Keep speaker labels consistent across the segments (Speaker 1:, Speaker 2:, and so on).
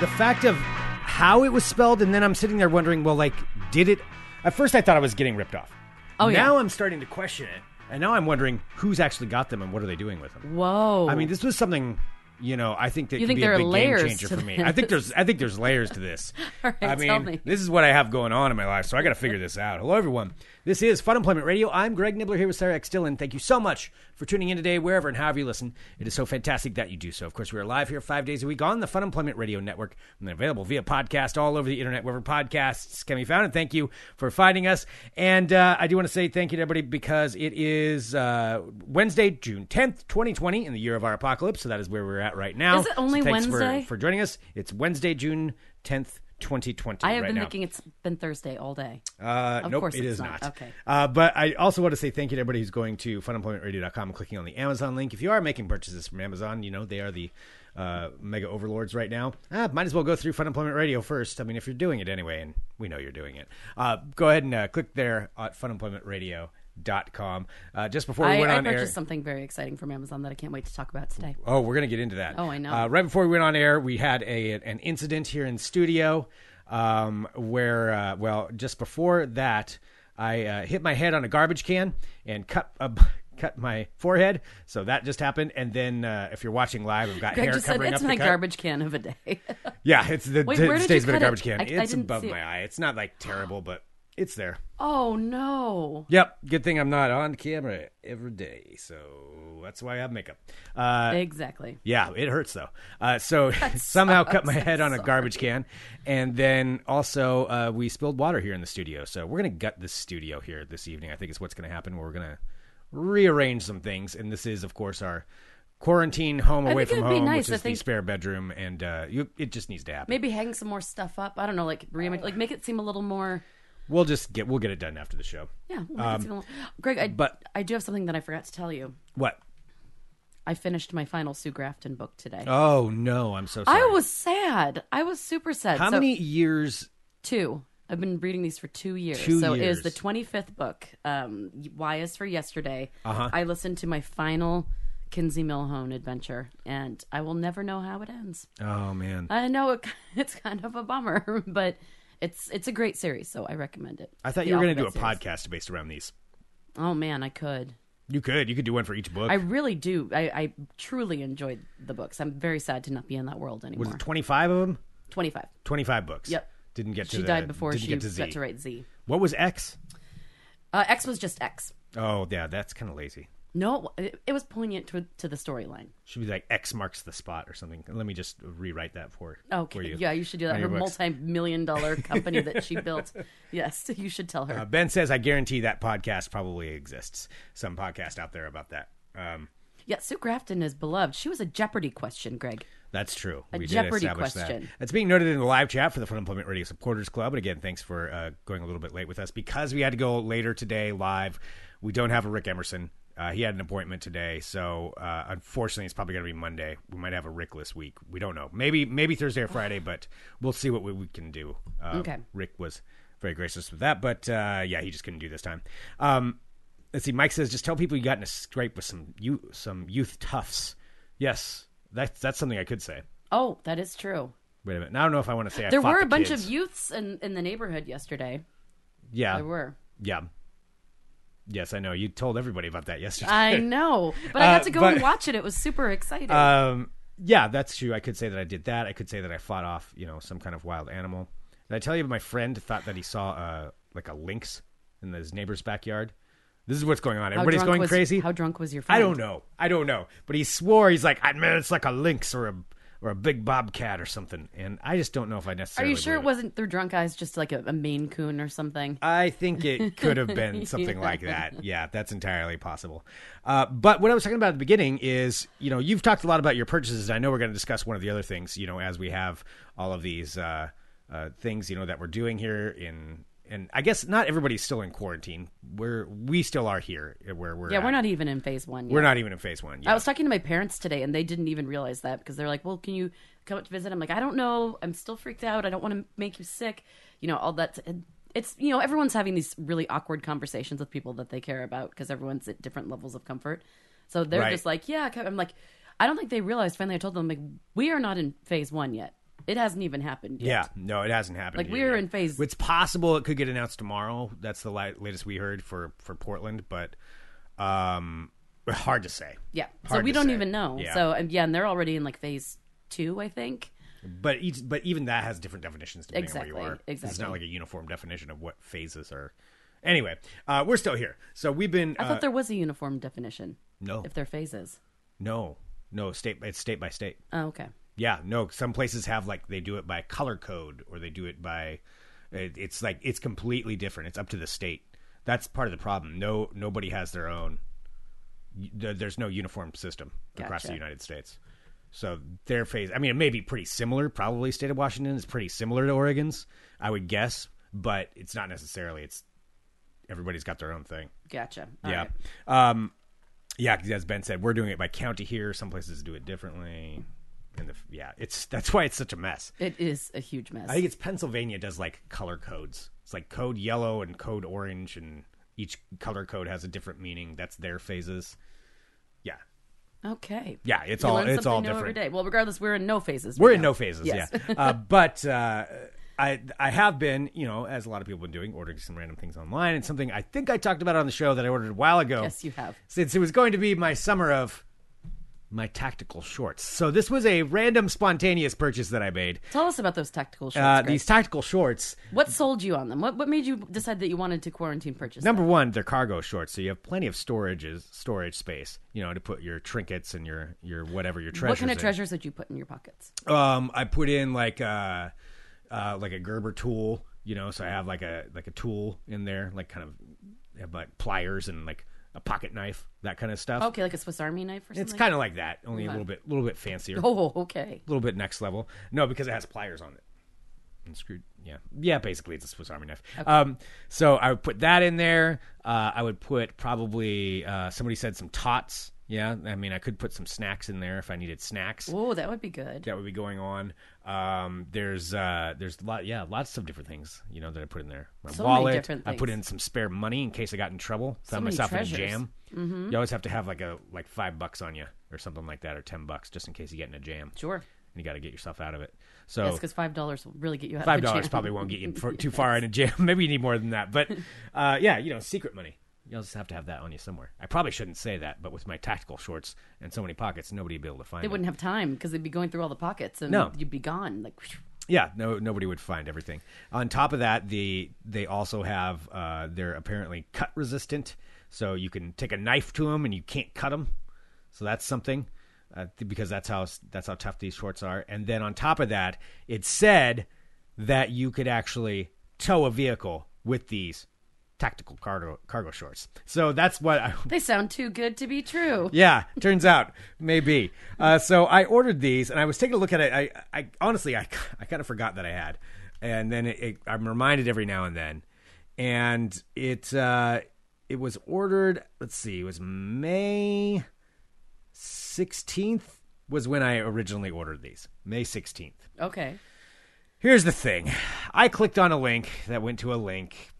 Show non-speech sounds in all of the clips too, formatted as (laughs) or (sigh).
Speaker 1: the fact of how it was spelled, and then I'm sitting there wondering, well, like, did it? At first, I thought I was getting ripped off.
Speaker 2: Oh, yeah.
Speaker 1: now I'm starting to question it, and now I'm wondering who's actually got them and what are they doing with them.
Speaker 2: Whoa.
Speaker 1: I mean, this was something. You know, I think that
Speaker 2: You
Speaker 1: could
Speaker 2: think
Speaker 1: be
Speaker 2: there
Speaker 1: a
Speaker 2: are
Speaker 1: big
Speaker 2: layers
Speaker 1: game changer
Speaker 2: to
Speaker 1: for me. I think there's, I think there's layers to this.
Speaker 2: (laughs) All right,
Speaker 1: I mean,
Speaker 2: tell me.
Speaker 1: this is what I have going on in my life, so I got to figure this out. Hello, everyone. This is Fun Employment Radio. I'm Greg Nibbler here with Sarah X. Dillon. Thank you so much for tuning in today, wherever and however you listen. It is so fantastic that you do so. Of course, we are live here five days a week on the Fun Employment Radio Network and then available via podcast all over the internet, wherever podcasts can be found. And thank you for finding us. And uh, I do want to say thank you to everybody because it is uh, Wednesday, June 10th, 2020, in the year of our apocalypse. So that is where we're at right now.
Speaker 2: Is it
Speaker 1: So
Speaker 2: only
Speaker 1: thanks for-
Speaker 2: Wednesday?
Speaker 1: for joining us. It's Wednesday, June 10th. 2020
Speaker 2: I have
Speaker 1: right
Speaker 2: been
Speaker 1: now.
Speaker 2: thinking it's been Thursday all day.
Speaker 1: Uh,
Speaker 2: Of
Speaker 1: nope,
Speaker 2: course
Speaker 1: it
Speaker 2: it's
Speaker 1: is
Speaker 2: not.
Speaker 1: not.
Speaker 2: Okay.
Speaker 1: Uh, but I also want to say thank you to everybody who's going to funemploymentradio.com and clicking on the Amazon link. If you are making purchases from Amazon, you know they are the uh, mega overlords right now. Ah, might as well go through Fun Employment Radio first. I mean, if you're doing it anyway, and we know you're doing it, uh, go ahead and uh, click there at funemploymentradio.com. Uh, just before we
Speaker 2: I,
Speaker 1: went
Speaker 2: I
Speaker 1: on
Speaker 2: purchased
Speaker 1: air.
Speaker 2: something very exciting from Amazon that I can't wait to talk about today.
Speaker 1: Oh, we're gonna get into that.
Speaker 2: Oh, I know.
Speaker 1: Uh, right before we went on air, we had a an incident here in studio, um, where uh, well, just before that, I uh, hit my head on a garbage can and cut a. (laughs) Cut my forehead, so that just happened. And then, uh, if you're watching live, I've got
Speaker 2: Greg
Speaker 1: hair
Speaker 2: just said
Speaker 1: covering
Speaker 2: it's
Speaker 1: up
Speaker 2: my
Speaker 1: the cut.
Speaker 2: garbage can of a day. (laughs)
Speaker 1: Yeah, it's the
Speaker 2: Wait,
Speaker 1: t-
Speaker 2: where did
Speaker 1: stays
Speaker 2: you
Speaker 1: been a
Speaker 2: cut it?
Speaker 1: garbage can.
Speaker 2: I- I
Speaker 1: it's
Speaker 2: didn't
Speaker 1: above
Speaker 2: see it.
Speaker 1: my eye. It's not like terrible, but it's there.
Speaker 2: oh no.
Speaker 1: Yep. Good thing I'm not on camera every day, so that's why I have makeup. Uh,
Speaker 2: Exactly.
Speaker 1: Yeah, it hurts though. Uh,
Speaker 2: (laughs)
Speaker 1: so (laughs) somehow cut my head on a garbage can, and then also uh, we spilled water here in the studio. So we're gonna gut this studio here this evening. I think is what's gonna happen. We're gonna rearrange some things, and this is of course our quarantine home away
Speaker 2: think it
Speaker 1: from
Speaker 2: would be
Speaker 1: home,
Speaker 2: nice.
Speaker 1: which
Speaker 2: I
Speaker 1: is the
Speaker 2: think-
Speaker 1: spare bedroom, and uh, you, it just needs to happen.
Speaker 2: Maybe hang some more stuff up. I don't know, like reimage, like make it seem a little more.
Speaker 1: We'll just get we'll get it done after the show.
Speaker 2: Yeah, we'll make it seem a little, Greg. I,
Speaker 1: Um, but-
Speaker 2: I do have something that I forgot to tell you.
Speaker 1: What?
Speaker 2: I finished my final Sue Grafton book today.
Speaker 1: Oh no, I'm so sorry.
Speaker 2: I was sad. I was super sad.
Speaker 1: How
Speaker 2: So-
Speaker 1: many years?
Speaker 2: Two. I've been reading these for two years.
Speaker 1: Two
Speaker 2: so
Speaker 1: years.
Speaker 2: it was the 25th book. Um, Why is for yesterday.
Speaker 1: Uh-huh.
Speaker 2: I listened to my final Kinsey Milhone adventure, and I will never know how it ends.
Speaker 1: Oh man,
Speaker 2: I know it, (laughs) it's kind of a bummer, (laughs) but it's it's a great series, so I recommend it.
Speaker 1: I thought
Speaker 2: The
Speaker 1: you were gonna do a
Speaker 2: Alphabet series.
Speaker 1: podcast based around these.
Speaker 2: Oh man, I could.
Speaker 1: You could you could do one for each book.
Speaker 2: I really do. I, I truly enjoyed the books. I'm very sad to not be in that world anymore.
Speaker 1: was it 25 of them?
Speaker 2: 25.
Speaker 1: 25 books.
Speaker 2: Yep.
Speaker 1: Didn't get to
Speaker 2: She
Speaker 1: the-
Speaker 2: died before
Speaker 1: didn't
Speaker 2: she
Speaker 1: get to Z.
Speaker 2: got to write Z.
Speaker 1: What was X?
Speaker 2: Uh, X was just X.
Speaker 1: Oh, yeah, that's kind of lazy.
Speaker 2: No, it, it was poignant to, to the storyline.
Speaker 1: Should be like X marks the spot or something. Let me just rewrite that for, for
Speaker 2: Oh, Okay.
Speaker 1: you.
Speaker 2: Yeah, you should do that.
Speaker 1: on
Speaker 2: Her
Speaker 1: your books.
Speaker 2: multi
Speaker 1: (laughs)
Speaker 2: million dollar company that she built. Yes, (laughs) you should tell her.
Speaker 1: Uh, ben says, I guarantee that podcast probably exists. Some podcast out there about that. Um,
Speaker 2: yeah, Sue Grafton is beloved. She was a Jeopardy question, Greg.
Speaker 1: That's true. we did
Speaker 2: Jeopardy
Speaker 1: establish
Speaker 2: question.
Speaker 1: that. That's being noted in the live chat for the Fun Employment Radio Supporters Club. And again, thanks for uh, going a little bit late with us because we had to go later today live. We don't have a Rick Emerson. Uh, he had an appointment today, so uh, unfortunately, it's probably going to be Monday. We might have a Rickless week. We don't know. Maybe maybe Thursday or Friday, but we'll see what we, we can do. Uh,
Speaker 2: Okay.
Speaker 1: Rick was very gracious with that, but uh, yeah, he just couldn't do this time. Um, let's see. Mike says, just tell people you got in a scrape with some you some youth toughs. Yes, that's that's something I could say.
Speaker 2: Oh, that is true.
Speaker 1: Wait a minute. Now I don't know if I want to say I
Speaker 2: There
Speaker 1: fought
Speaker 2: were a
Speaker 1: the
Speaker 2: bunch
Speaker 1: kids.
Speaker 2: of youths in, in the neighborhood yesterday.
Speaker 1: Yeah, (laughs)
Speaker 2: There were.
Speaker 1: yeah, yes. I know you told everybody about that yesterday.
Speaker 2: I know. But I
Speaker 1: Uh,
Speaker 2: got to go
Speaker 1: but-
Speaker 2: and watch it. It was super exciting.
Speaker 1: um, yeah, that's true. I could say that I did that. I could say that I fought off, you know, some kind of wild animal. Did I tell you my friend thought that he saw uh, like a lynx in his neighbor's backyard? This is what's going on.
Speaker 2: How
Speaker 1: Everybody's
Speaker 2: drunk
Speaker 1: going
Speaker 2: was-
Speaker 1: crazy.
Speaker 2: How drunk was your friend?
Speaker 1: I don't know. I don't know. But he swore he's like, I man, it's like a lynx or a or a big bobcat or something. And I just don't know if I
Speaker 2: Are
Speaker 1: necessarily.
Speaker 2: you sure it
Speaker 1: believe
Speaker 2: wasn't through drunk eyes, just like a, a Maine coon or something?
Speaker 1: I think it could have
Speaker 2: (laughs)
Speaker 1: been something like that. Yeah, that's entirely possible. Uh, but what I was talking about at the beginning is, you know, you've talked a lot about your purchases. And I know we're going to discuss one of the other things, you know, as we have all of these uh, uh, things, you know, that we're doing here in. And I guess not everybody's still in quarantine. We're we still are here where we're.
Speaker 2: yeah,
Speaker 1: at.
Speaker 2: we're not even in phase one yet.
Speaker 1: We're not even in phase one.
Speaker 2: I
Speaker 1: Yeah.
Speaker 2: was talking to my parents today, and they didn't even realize that because they're like, "Well, can you come up to visit?" I'm like, "I don't know. I'm still freaked out. I don't want to make you sick. You know, all that." and It's you know, everyone's having these really awkward conversations with people that they care about because everyone's at different levels of comfort. So they're
Speaker 1: Right.
Speaker 2: just like, "Yeah." come-" I'm like, I don't think they realized. Finally, I told them like, "We are not in phase one yet. it hasn't even happened
Speaker 1: Yeah,
Speaker 2: yet.
Speaker 1: no, it hasn't happened.
Speaker 2: Like,
Speaker 1: here
Speaker 2: we're
Speaker 1: yet.
Speaker 2: in phase-
Speaker 1: It's possible it could get announced tomorrow. That's the li- latest we heard for for Portland, but um, (laughs) hard to say.
Speaker 2: Yeah.
Speaker 1: Hard
Speaker 2: so we
Speaker 1: to
Speaker 2: don't
Speaker 1: say.
Speaker 2: even know.
Speaker 1: Yeah.
Speaker 2: So and yeah, and they're already in like phase two, I think.
Speaker 1: But each, but even that has different definitions depending on where you are.
Speaker 2: Exactly,
Speaker 1: It's not
Speaker 2: exactly.
Speaker 1: like a uniform definition of what phases are. Anyway, uh, we're still here. So we've been.
Speaker 2: I
Speaker 1: uh,
Speaker 2: thought there was a uniform definition.
Speaker 1: No.
Speaker 2: If they're phases.
Speaker 1: no, no, state it's state by state.
Speaker 2: Oh, okay.
Speaker 1: Yeah, no. Some places have like they do it by color code, or they do it by. it- It's like it's completely different. It's up to the state. That's part of the problem. No, nobody has their own. there- There's no uniform system across the
Speaker 2: Gotcha.
Speaker 1: United States. So their phase. I mean, it may be pretty similar. Probably state of Washington is pretty similar to Oregon's, I would guess, but it's not necessarily. It's everybody's got their own thing.
Speaker 2: Gotcha. All
Speaker 1: yeah.
Speaker 2: right.
Speaker 1: Um, yeah, 'cause as Ben said, we're doing it by county here. Some places do it differently. And the, yeah, it's that's why it's such a mess.
Speaker 2: It is a huge mess.
Speaker 1: I think it's Pennsylvania does like color codes. It's like code yellow and code orange, and each color code has a different meaning. That's their phases. Yeah,
Speaker 2: okay.
Speaker 1: yeah, it's
Speaker 2: You
Speaker 1: all
Speaker 2: learn
Speaker 1: it's
Speaker 2: something
Speaker 1: all
Speaker 2: new
Speaker 1: different.
Speaker 2: every day. Well, regardless, we're in no phases.
Speaker 1: We're
Speaker 2: right
Speaker 1: in
Speaker 2: now.
Speaker 1: no phases,
Speaker 2: Yes.
Speaker 1: yeah. uh, but uh, I I have been, you know, as a lot of people have been doing, ordering some random things online, and something I think I talked about on the show that I ordered a while ago.
Speaker 2: (laughs) Yes, you have.
Speaker 1: Since it was going to be my summer of my tactical shorts, so this was a random, spontaneous purchase that I made.
Speaker 2: Tell us about those tactical shorts.
Speaker 1: Uh,
Speaker 2: Greg.
Speaker 1: these tactical shorts.
Speaker 2: What sold you on them? What what made you decide that you wanted to quarantine purchase? them?
Speaker 1: Number one, they're cargo shorts, so you have plenty of storages, storage space, you know, to put your trinkets and your your whatever your treasures. eh?
Speaker 2: what kind of
Speaker 1: in.
Speaker 2: treasures did you put in your pockets?
Speaker 1: Um, I put in like a uh, like a Gerber tool, you know, so I have like a like a tool in there, like kind of have like pliers and like a pocket knife, that kind of stuff.
Speaker 2: Okay, like a Swiss Army knife or something.
Speaker 1: It's kind of like that, only a little bit little bit fancier, a
Speaker 2: Oh, okay.
Speaker 1: little bit next level. No, because it has pliers on it. And screwed. Yeah, yeah. Basically, it's a Swiss Army knife. Um, so I would put that in there. Uh, I would put probably uh, somebody said some tots. Yeah, I mean, I could put some snacks in there if I needed snacks
Speaker 2: Oh, that would be good.
Speaker 1: that would be going on. Um, there's uh, there's a lot, yeah, lots of different things you know that I put in there. My
Speaker 2: So many
Speaker 1: wallet.
Speaker 2: different
Speaker 1: I put
Speaker 2: things.
Speaker 1: in some spare money in case I got in trouble. Found
Speaker 2: many
Speaker 1: myself
Speaker 2: treasures. Mm-hmm.
Speaker 1: in a jam. You always have to have like a like five bucks on you or something like that, or ten bucks just in case you get in a jam.
Speaker 2: Sure.
Speaker 1: And you got to get yourself out of it. So
Speaker 2: Yes, because five dollars will really get you out.
Speaker 1: Oh. five
Speaker 2: of the
Speaker 1: dollars
Speaker 2: jam.
Speaker 1: probably won't get you for, too far in a jam. (laughs) Maybe you need more than that, but
Speaker 2: (laughs)
Speaker 1: uh, yeah, you know, secret money. You'll just have to have that on you somewhere. I probably shouldn't say that, but with my tactical shorts and so many pockets, nobody would be able to find
Speaker 2: They
Speaker 1: it.
Speaker 2: wouldn't have time because they'd be going through all the pockets and
Speaker 1: No.
Speaker 2: you'd be gone. Like,
Speaker 1: Yeah, no, nobody would find everything. On top of that, the they also have uh, they're apparently cut resistant, so you can take a knife to them and you can't cut them. So that's something uh, th- because that's how that's how tough these shorts are. And then on top of that, it said that you could actually tow a vehicle with these tactical cargo cargo shorts. So that's what I
Speaker 2: they sound too good to be true.
Speaker 1: yeah, turns out maybe. Uh, so I ordered these, and I was taking a look at it. I, I honestly, I, I kind of forgot that I had, and then it, it, I'm reminded every now and then, and it uh, it was ordered. Let's see, it was May sixteenth was when I originally ordered these. May sixteenth.
Speaker 2: Okay.
Speaker 1: Here's the thing I clicked on a link that went to a link,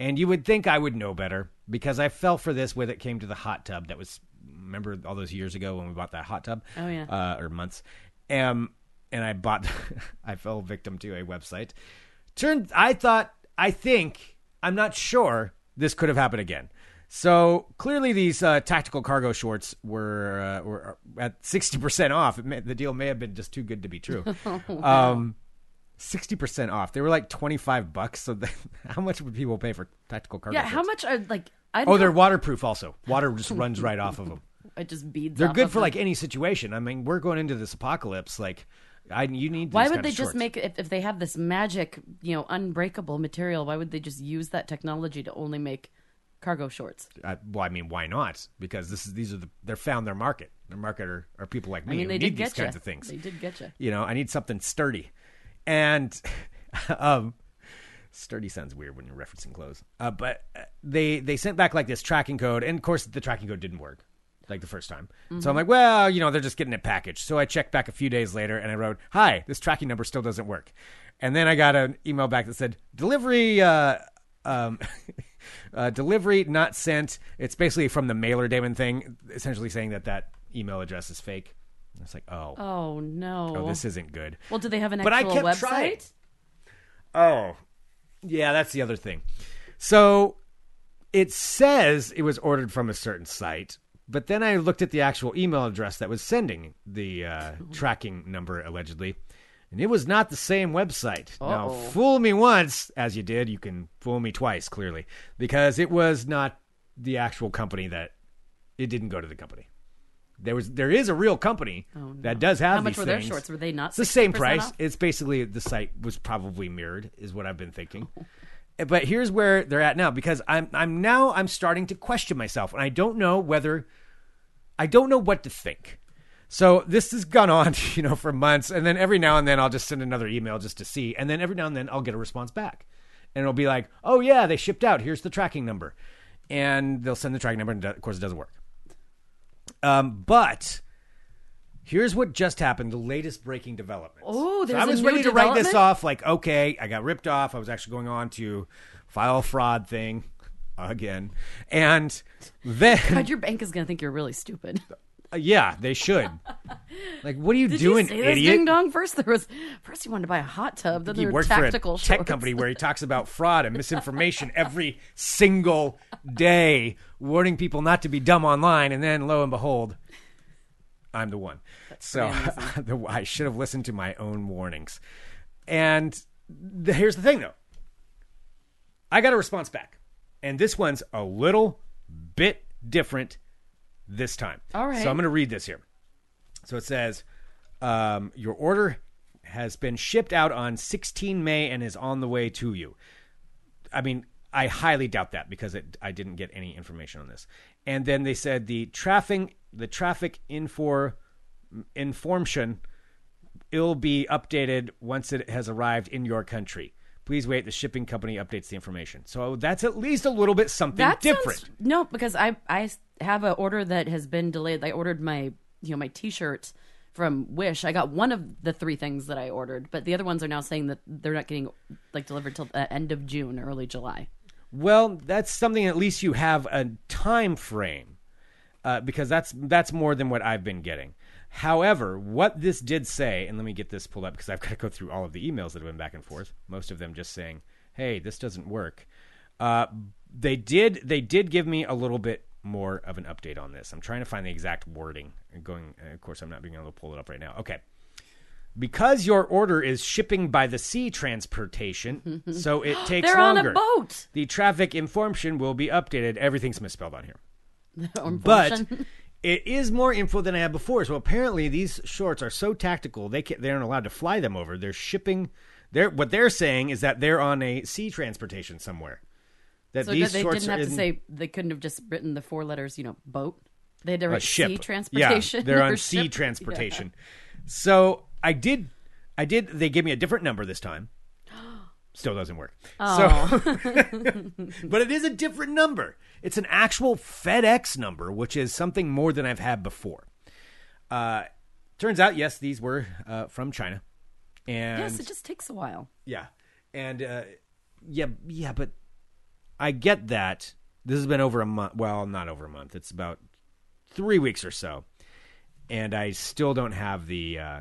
Speaker 1: and you would think I would know better because I fell for this when it came to the hot tub that was, remember all those years ago when we bought that hot tub?
Speaker 2: Oh, yeah.
Speaker 1: Uh, or months. Um, and I bought, (laughs) I fell victim to a website. Turned, I thought, I think, I'm not sure this could have happened again. So clearly, these uh, tactical cargo shorts were uh, were at sixty percent off. It may, the deal may have been just too good to be true.
Speaker 2: (laughs)
Speaker 1: um, sixty percent off. They were like twenty five bucks. So then, (laughs) how much would people pay for tactical cargo?
Speaker 2: Yeah. How
Speaker 1: shorts?
Speaker 2: much are like? I
Speaker 1: Oh, they're waterproof. Also, water just runs right off
Speaker 2: (laughs)
Speaker 1: of them.
Speaker 2: It just beads.
Speaker 1: They're
Speaker 2: off
Speaker 1: good
Speaker 2: of
Speaker 1: for
Speaker 2: them.
Speaker 1: like any situation. I mean, we're going into this apocalypse. Like, I you need.
Speaker 2: Why
Speaker 1: these
Speaker 2: would
Speaker 1: kind
Speaker 2: they
Speaker 1: of
Speaker 2: just
Speaker 1: shorts.
Speaker 2: make if, if they have this magic, you know, unbreakable material? Why would they just use that technology to only make cargo shorts?
Speaker 1: Uh, well, I mean, why not? Because this is these are the they're found their market. Their market are, are people like me.
Speaker 2: I mean,
Speaker 1: who
Speaker 2: they
Speaker 1: need
Speaker 2: did
Speaker 1: these
Speaker 2: get you.
Speaker 1: kinds of things.
Speaker 2: They did get you.
Speaker 1: you know i need something sturdy and (laughs) um sturdy sounds weird when you're referencing clothes uh, but uh, they they sent back like this tracking code and of course the tracking code didn't work like the first time so i'm like well you know they're just getting it packaged so i checked back a few days later and i wrote hi this tracking number still doesn't work and then i got an email back that said delivery uh um (laughs) uh, delivery not sent it's basically from the mailer daemon thing essentially saying that that email address is fake And it's like, oh, oh,
Speaker 2: Oh no.
Speaker 1: this isn't good.
Speaker 2: well, do they have an
Speaker 1: But I
Speaker 2: actual
Speaker 1: kept
Speaker 2: website?
Speaker 1: trying. Oh, yeah, that's the other thing. So it says it was ordered from a certain site, but then I looked at the actual email address that was sending the uh, tracking number allegedly, and it was not the same website. Now,
Speaker 2: Uh-oh.
Speaker 1: fool me once, as you did, you can fool me twice, clearly, because it was not the actual company that it didn't go to the company. There was there is a real company that does have
Speaker 2: Oh, How much
Speaker 1: these
Speaker 2: were their
Speaker 1: things.
Speaker 2: shorts? Were they not
Speaker 1: It's the same
Speaker 2: 60%
Speaker 1: price.
Speaker 2: off?
Speaker 1: It's basically the site was probably mirrored, is what I've been thinking. Eh, but here's where they're at now because I'm I'm now I'm starting to question myself, and I don't know whether I don't know what to think. So this has gone on, (laughs) you know, for months, and then every now and then I'll just send another email just to see, and then every now and then I'll get a response back, and it'll be like, "Oh yeah, they shipped out. Here's the tracking number," and they'll send the tracking number, and of course it doesn't work. Um, but here's what just happened: the latest breaking development.
Speaker 2: Oh,
Speaker 1: so
Speaker 2: there's
Speaker 1: I
Speaker 2: a
Speaker 1: was
Speaker 2: new
Speaker 1: ready to write this
Speaker 2: development?
Speaker 1: off. Like, okay, I got ripped off. I was actually going on to file a fraud thing again, and then
Speaker 2: (laughs) God, your bank is gonna think you're really stupid.
Speaker 1: uh, yeah, they should. Like, what are you
Speaker 2: Did
Speaker 1: doing,
Speaker 2: you see this
Speaker 1: idiot?
Speaker 2: ding dong? First there was first you wanted to buy a hot tub, then
Speaker 1: he
Speaker 2: there were
Speaker 1: worked for a
Speaker 2: tactical
Speaker 1: tech
Speaker 2: shorts.
Speaker 1: company where he talks about fraud and misinformation every single day, warning people not to be dumb online, and then lo and behold, I'm the one. So (laughs) the, I should have listened to my own warnings. And the, here's the thing, though. I got a response back, and this one's a little bit different this time.
Speaker 2: All right.
Speaker 1: So I'm going to read this here. So it says, um, Your order has been shipped out on 16 May and is on the way to you. I mean, I highly doubt that because it, I didn't get any information on this. And then they said the traffic, the traffic infor, information it'll be updated once it has arrived in your country. Please wait. The shipping company updates the information. So that's at least a little bit something
Speaker 2: That sounds-
Speaker 1: different.
Speaker 2: no, because I I have an order that has been delayed. I ordered my you know my T-shirt from Wish. I got one of the three things that I ordered, but the other ones are now saying that they're not getting like delivered till the end of June, early July.
Speaker 1: Well, that's something at least you have a time frame uh, because that's that's more than what I've been getting. However, what this did say, and let me get this pulled up because I've got to go through all of the emails that have been back and forth. Most of them just saying, "Hey, this doesn't work." Uh, they did they did give me a little bit more of an update on this. I'm trying to find the exact wording. And going, of course, I'm not being able to pull it up right now. Okay because your order is shipping by the sea
Speaker 2: (laughs)
Speaker 1: transportation, so it takes
Speaker 2: They're on a
Speaker 1: longer.
Speaker 2: boat! (laughs)
Speaker 1: The traffic information will be updated. Everything's misspelled on here. But
Speaker 2: (laughs)
Speaker 1: it is more info than I had before. So apparently these shorts are so tactical they can't, they aren't allowed to fly them over. They're shipping they're what they're saying is that they're on a sea transportation somewhere. That
Speaker 2: So
Speaker 1: these
Speaker 2: they
Speaker 1: shorts
Speaker 2: didn't
Speaker 1: are
Speaker 2: have to
Speaker 1: in-
Speaker 2: say they couldn't have just written the four letters, you know, boat. They had to
Speaker 1: a
Speaker 2: write
Speaker 1: ship
Speaker 2: sea transportation.
Speaker 1: Yeah, they're
Speaker 2: (laughs) or
Speaker 1: on sea
Speaker 2: ship.
Speaker 1: transportation. So I did, I did. They gave me a different number this
Speaker 2: (gasps)
Speaker 1: time. Still doesn't work. So, (laughs) but it is a different number. It's an actual FedEx number, which is something more than I've had before. Uh, turns out, yes, these were uh, from China, and
Speaker 2: Yes, it just takes a while.
Speaker 1: yeah, and uh, yeah, yeah, but I get that. This has been over a month. Well, not over a month. It's about three weeks or so, and I still don't have the. Uh,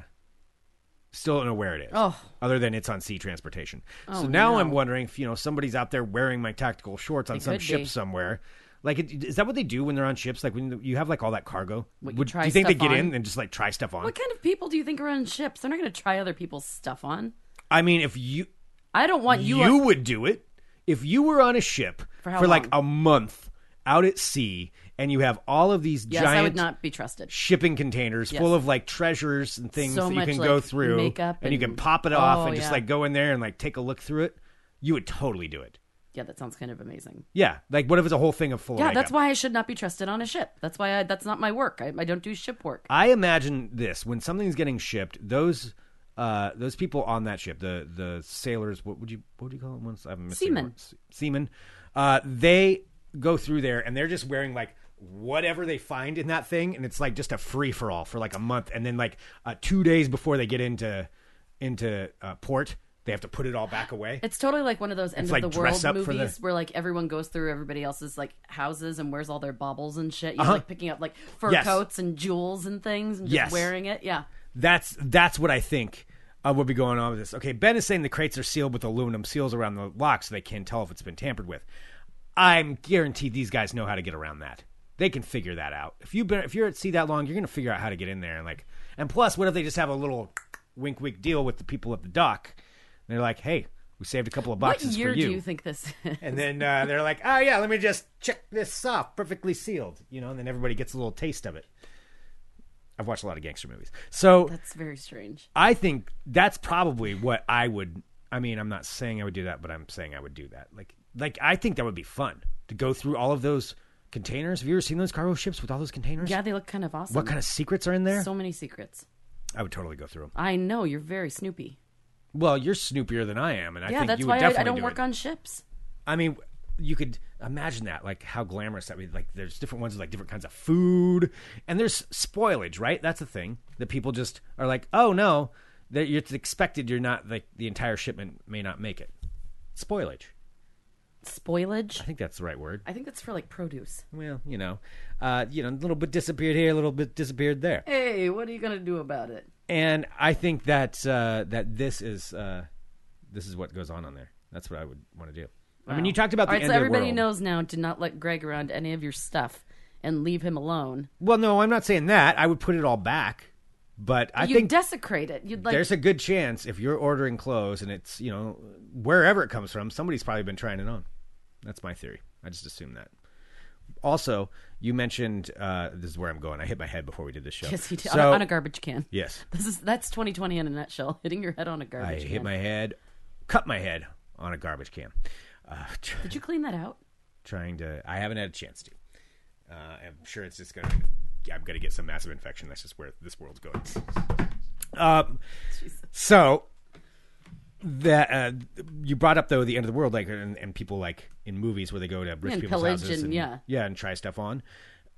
Speaker 1: still don't know where it is.
Speaker 2: Oh.
Speaker 1: Other than it's on sea transportation. so now
Speaker 2: no.
Speaker 1: I'm wondering if you know somebody's out there wearing my tactical shorts on some
Speaker 2: could
Speaker 1: ship
Speaker 2: be.
Speaker 1: somewhere. Like, it- is that what they do when they're on ships? Like, when you have like all that cargo,
Speaker 2: What, you
Speaker 1: Would-
Speaker 2: try
Speaker 1: do you think they
Speaker 2: stuff
Speaker 1: get in
Speaker 2: on?
Speaker 1: and just like try stuff on?
Speaker 2: What kind of people do you think are on ships? They're not going to try other people's stuff on.
Speaker 1: I mean, if you
Speaker 2: I don't want you.
Speaker 1: you, would do it if you were on a ship for,
Speaker 2: For how
Speaker 1: like
Speaker 2: long?
Speaker 1: a month out at sea and you have all of these
Speaker 2: yes,
Speaker 1: giant
Speaker 2: I would not be trusted.
Speaker 1: shipping containers
Speaker 2: Yes.
Speaker 1: full of like treasures and things
Speaker 2: So
Speaker 1: that you
Speaker 2: much,
Speaker 1: can go
Speaker 2: like,
Speaker 1: through
Speaker 2: makeup
Speaker 1: you can
Speaker 2: and-
Speaker 1: pop it off
Speaker 2: Oh,
Speaker 1: and just
Speaker 2: yeah.
Speaker 1: like go in there and like take a look through it you would totally do it
Speaker 2: Yeah, that sounds kind of amazing.
Speaker 1: yeah like what if it's a whole thing of full of
Speaker 2: Yeah,
Speaker 1: makeup?
Speaker 2: that's why I should not be trusted on a ship. That's why I, that's not my work. I, I don't do ship work.
Speaker 1: I imagine this when something's getting shipped, those uh, those people on that ship, the the sailors, what would you what do you call them? Once I'm missing
Speaker 2: Seamen.
Speaker 1: one. Se- Seamen. Uh, they go through there and they're just wearing like whatever they find in that thing, and it's like just a free for all for like a month, and then like uh, two days before they get into into uh, port, They have to put it all back away.
Speaker 2: It's totally like one of those end
Speaker 1: like
Speaker 2: of the
Speaker 1: dress
Speaker 2: world
Speaker 1: up for the-
Speaker 2: movies where like everyone goes through everybody else's like houses and wears all their baubles and shit. You know, like picking up like fur
Speaker 1: Uh-huh. Yes.
Speaker 2: coats and jewels and things and just
Speaker 1: Yes.
Speaker 2: wearing it. Yeah.
Speaker 1: That's that's what I think uh, would be going on with this. Okay, Ben is saying the crates are sealed with aluminum seals around the lock, so they can't tell if it's been tampered with. I'm guaranteed these guys know how to get around that. They can figure that out. If you've been if you're at sea that long, you're gonna figure out how to get in there and like. And plus, what if they just have a little wink wink deal with the people at the dock? And they're like, hey, we saved a couple of boxes
Speaker 2: what year
Speaker 1: for you.
Speaker 2: do you think this (laughs) is?
Speaker 1: and then uh, they're like, oh yeah, let me just check this off, perfectly sealed, you know. And then everybody gets a little taste of it. I've watched a lot of gangster movies, so
Speaker 2: That's very strange.
Speaker 1: I think that's probably what I would. I mean, I'm not saying I would do that, but I'm saying I would do that. Like, like I think that would be fun to go through all of those containers. Have you ever seen those cargo ships with all those containers?
Speaker 2: Yeah, they look kind of awesome.
Speaker 1: What kind of secrets are in there?
Speaker 2: So many secrets.
Speaker 1: I would totally go through them.
Speaker 2: I know you're very Snoopy.
Speaker 1: Well, you're snoopier than I am, and I
Speaker 2: Yeah,
Speaker 1: think
Speaker 2: that's
Speaker 1: you
Speaker 2: why
Speaker 1: would
Speaker 2: I,
Speaker 1: definitely
Speaker 2: I don't
Speaker 1: do
Speaker 2: work
Speaker 1: it.
Speaker 2: on ships.
Speaker 1: I mean, you could imagine that, like how glamorous that would. Like, there's different ones with like different kinds of food, and there's spoilage, right? That's the thing that people just are like, oh no, that it's expected. You're not like the entire shipment may not make it. Spoilage.
Speaker 2: Spoilage.
Speaker 1: I think that's the right word.
Speaker 2: I think that's for like produce.
Speaker 1: Well, you know, uh, you know, a little bit disappeared here, a little bit disappeared there,
Speaker 2: Hey, what are you gonna do about it?
Speaker 1: and I think that uh, that this is uh, this is what goes on on there. That's what I would want to do. I mean, you talked about the
Speaker 2: All right,
Speaker 1: end
Speaker 2: so
Speaker 1: of the
Speaker 2: everybody
Speaker 1: world.
Speaker 2: knows now to not let Greg around any of your stuff and leave him alone.
Speaker 1: Well, no, I'm not saying that. I would put it all back, but I
Speaker 2: you
Speaker 1: think
Speaker 2: desecrate it. You'd like
Speaker 1: there's a good chance if you're ordering clothes and it's you know wherever it comes from, somebody's probably been trying it on. That's my theory. I just assume that. Also, you mentioned uh, this is where I'm going. I hit my head before we did this show.
Speaker 2: yes, you did on, a,
Speaker 1: So-
Speaker 2: on a garbage can.
Speaker 1: yes.
Speaker 2: This is that's 2020 in a nutshell. (laughs) Hitting your head on a
Speaker 1: I
Speaker 2: garbage can.
Speaker 1: hit my head, cut my head on a garbage can. Uh, tr-
Speaker 2: Did you clean that out?
Speaker 1: trying to, I haven't had a chance to. Uh, I'm sure it's just gonna. I'm gonna get some massive infection. That's just where this world's going. Um, so that uh, you brought up though the end of the world, like and, and people like in movies where they go to rich
Speaker 2: And
Speaker 1: people's
Speaker 2: pillage
Speaker 1: houses
Speaker 2: and- yeah.
Speaker 1: yeah, and try stuff on.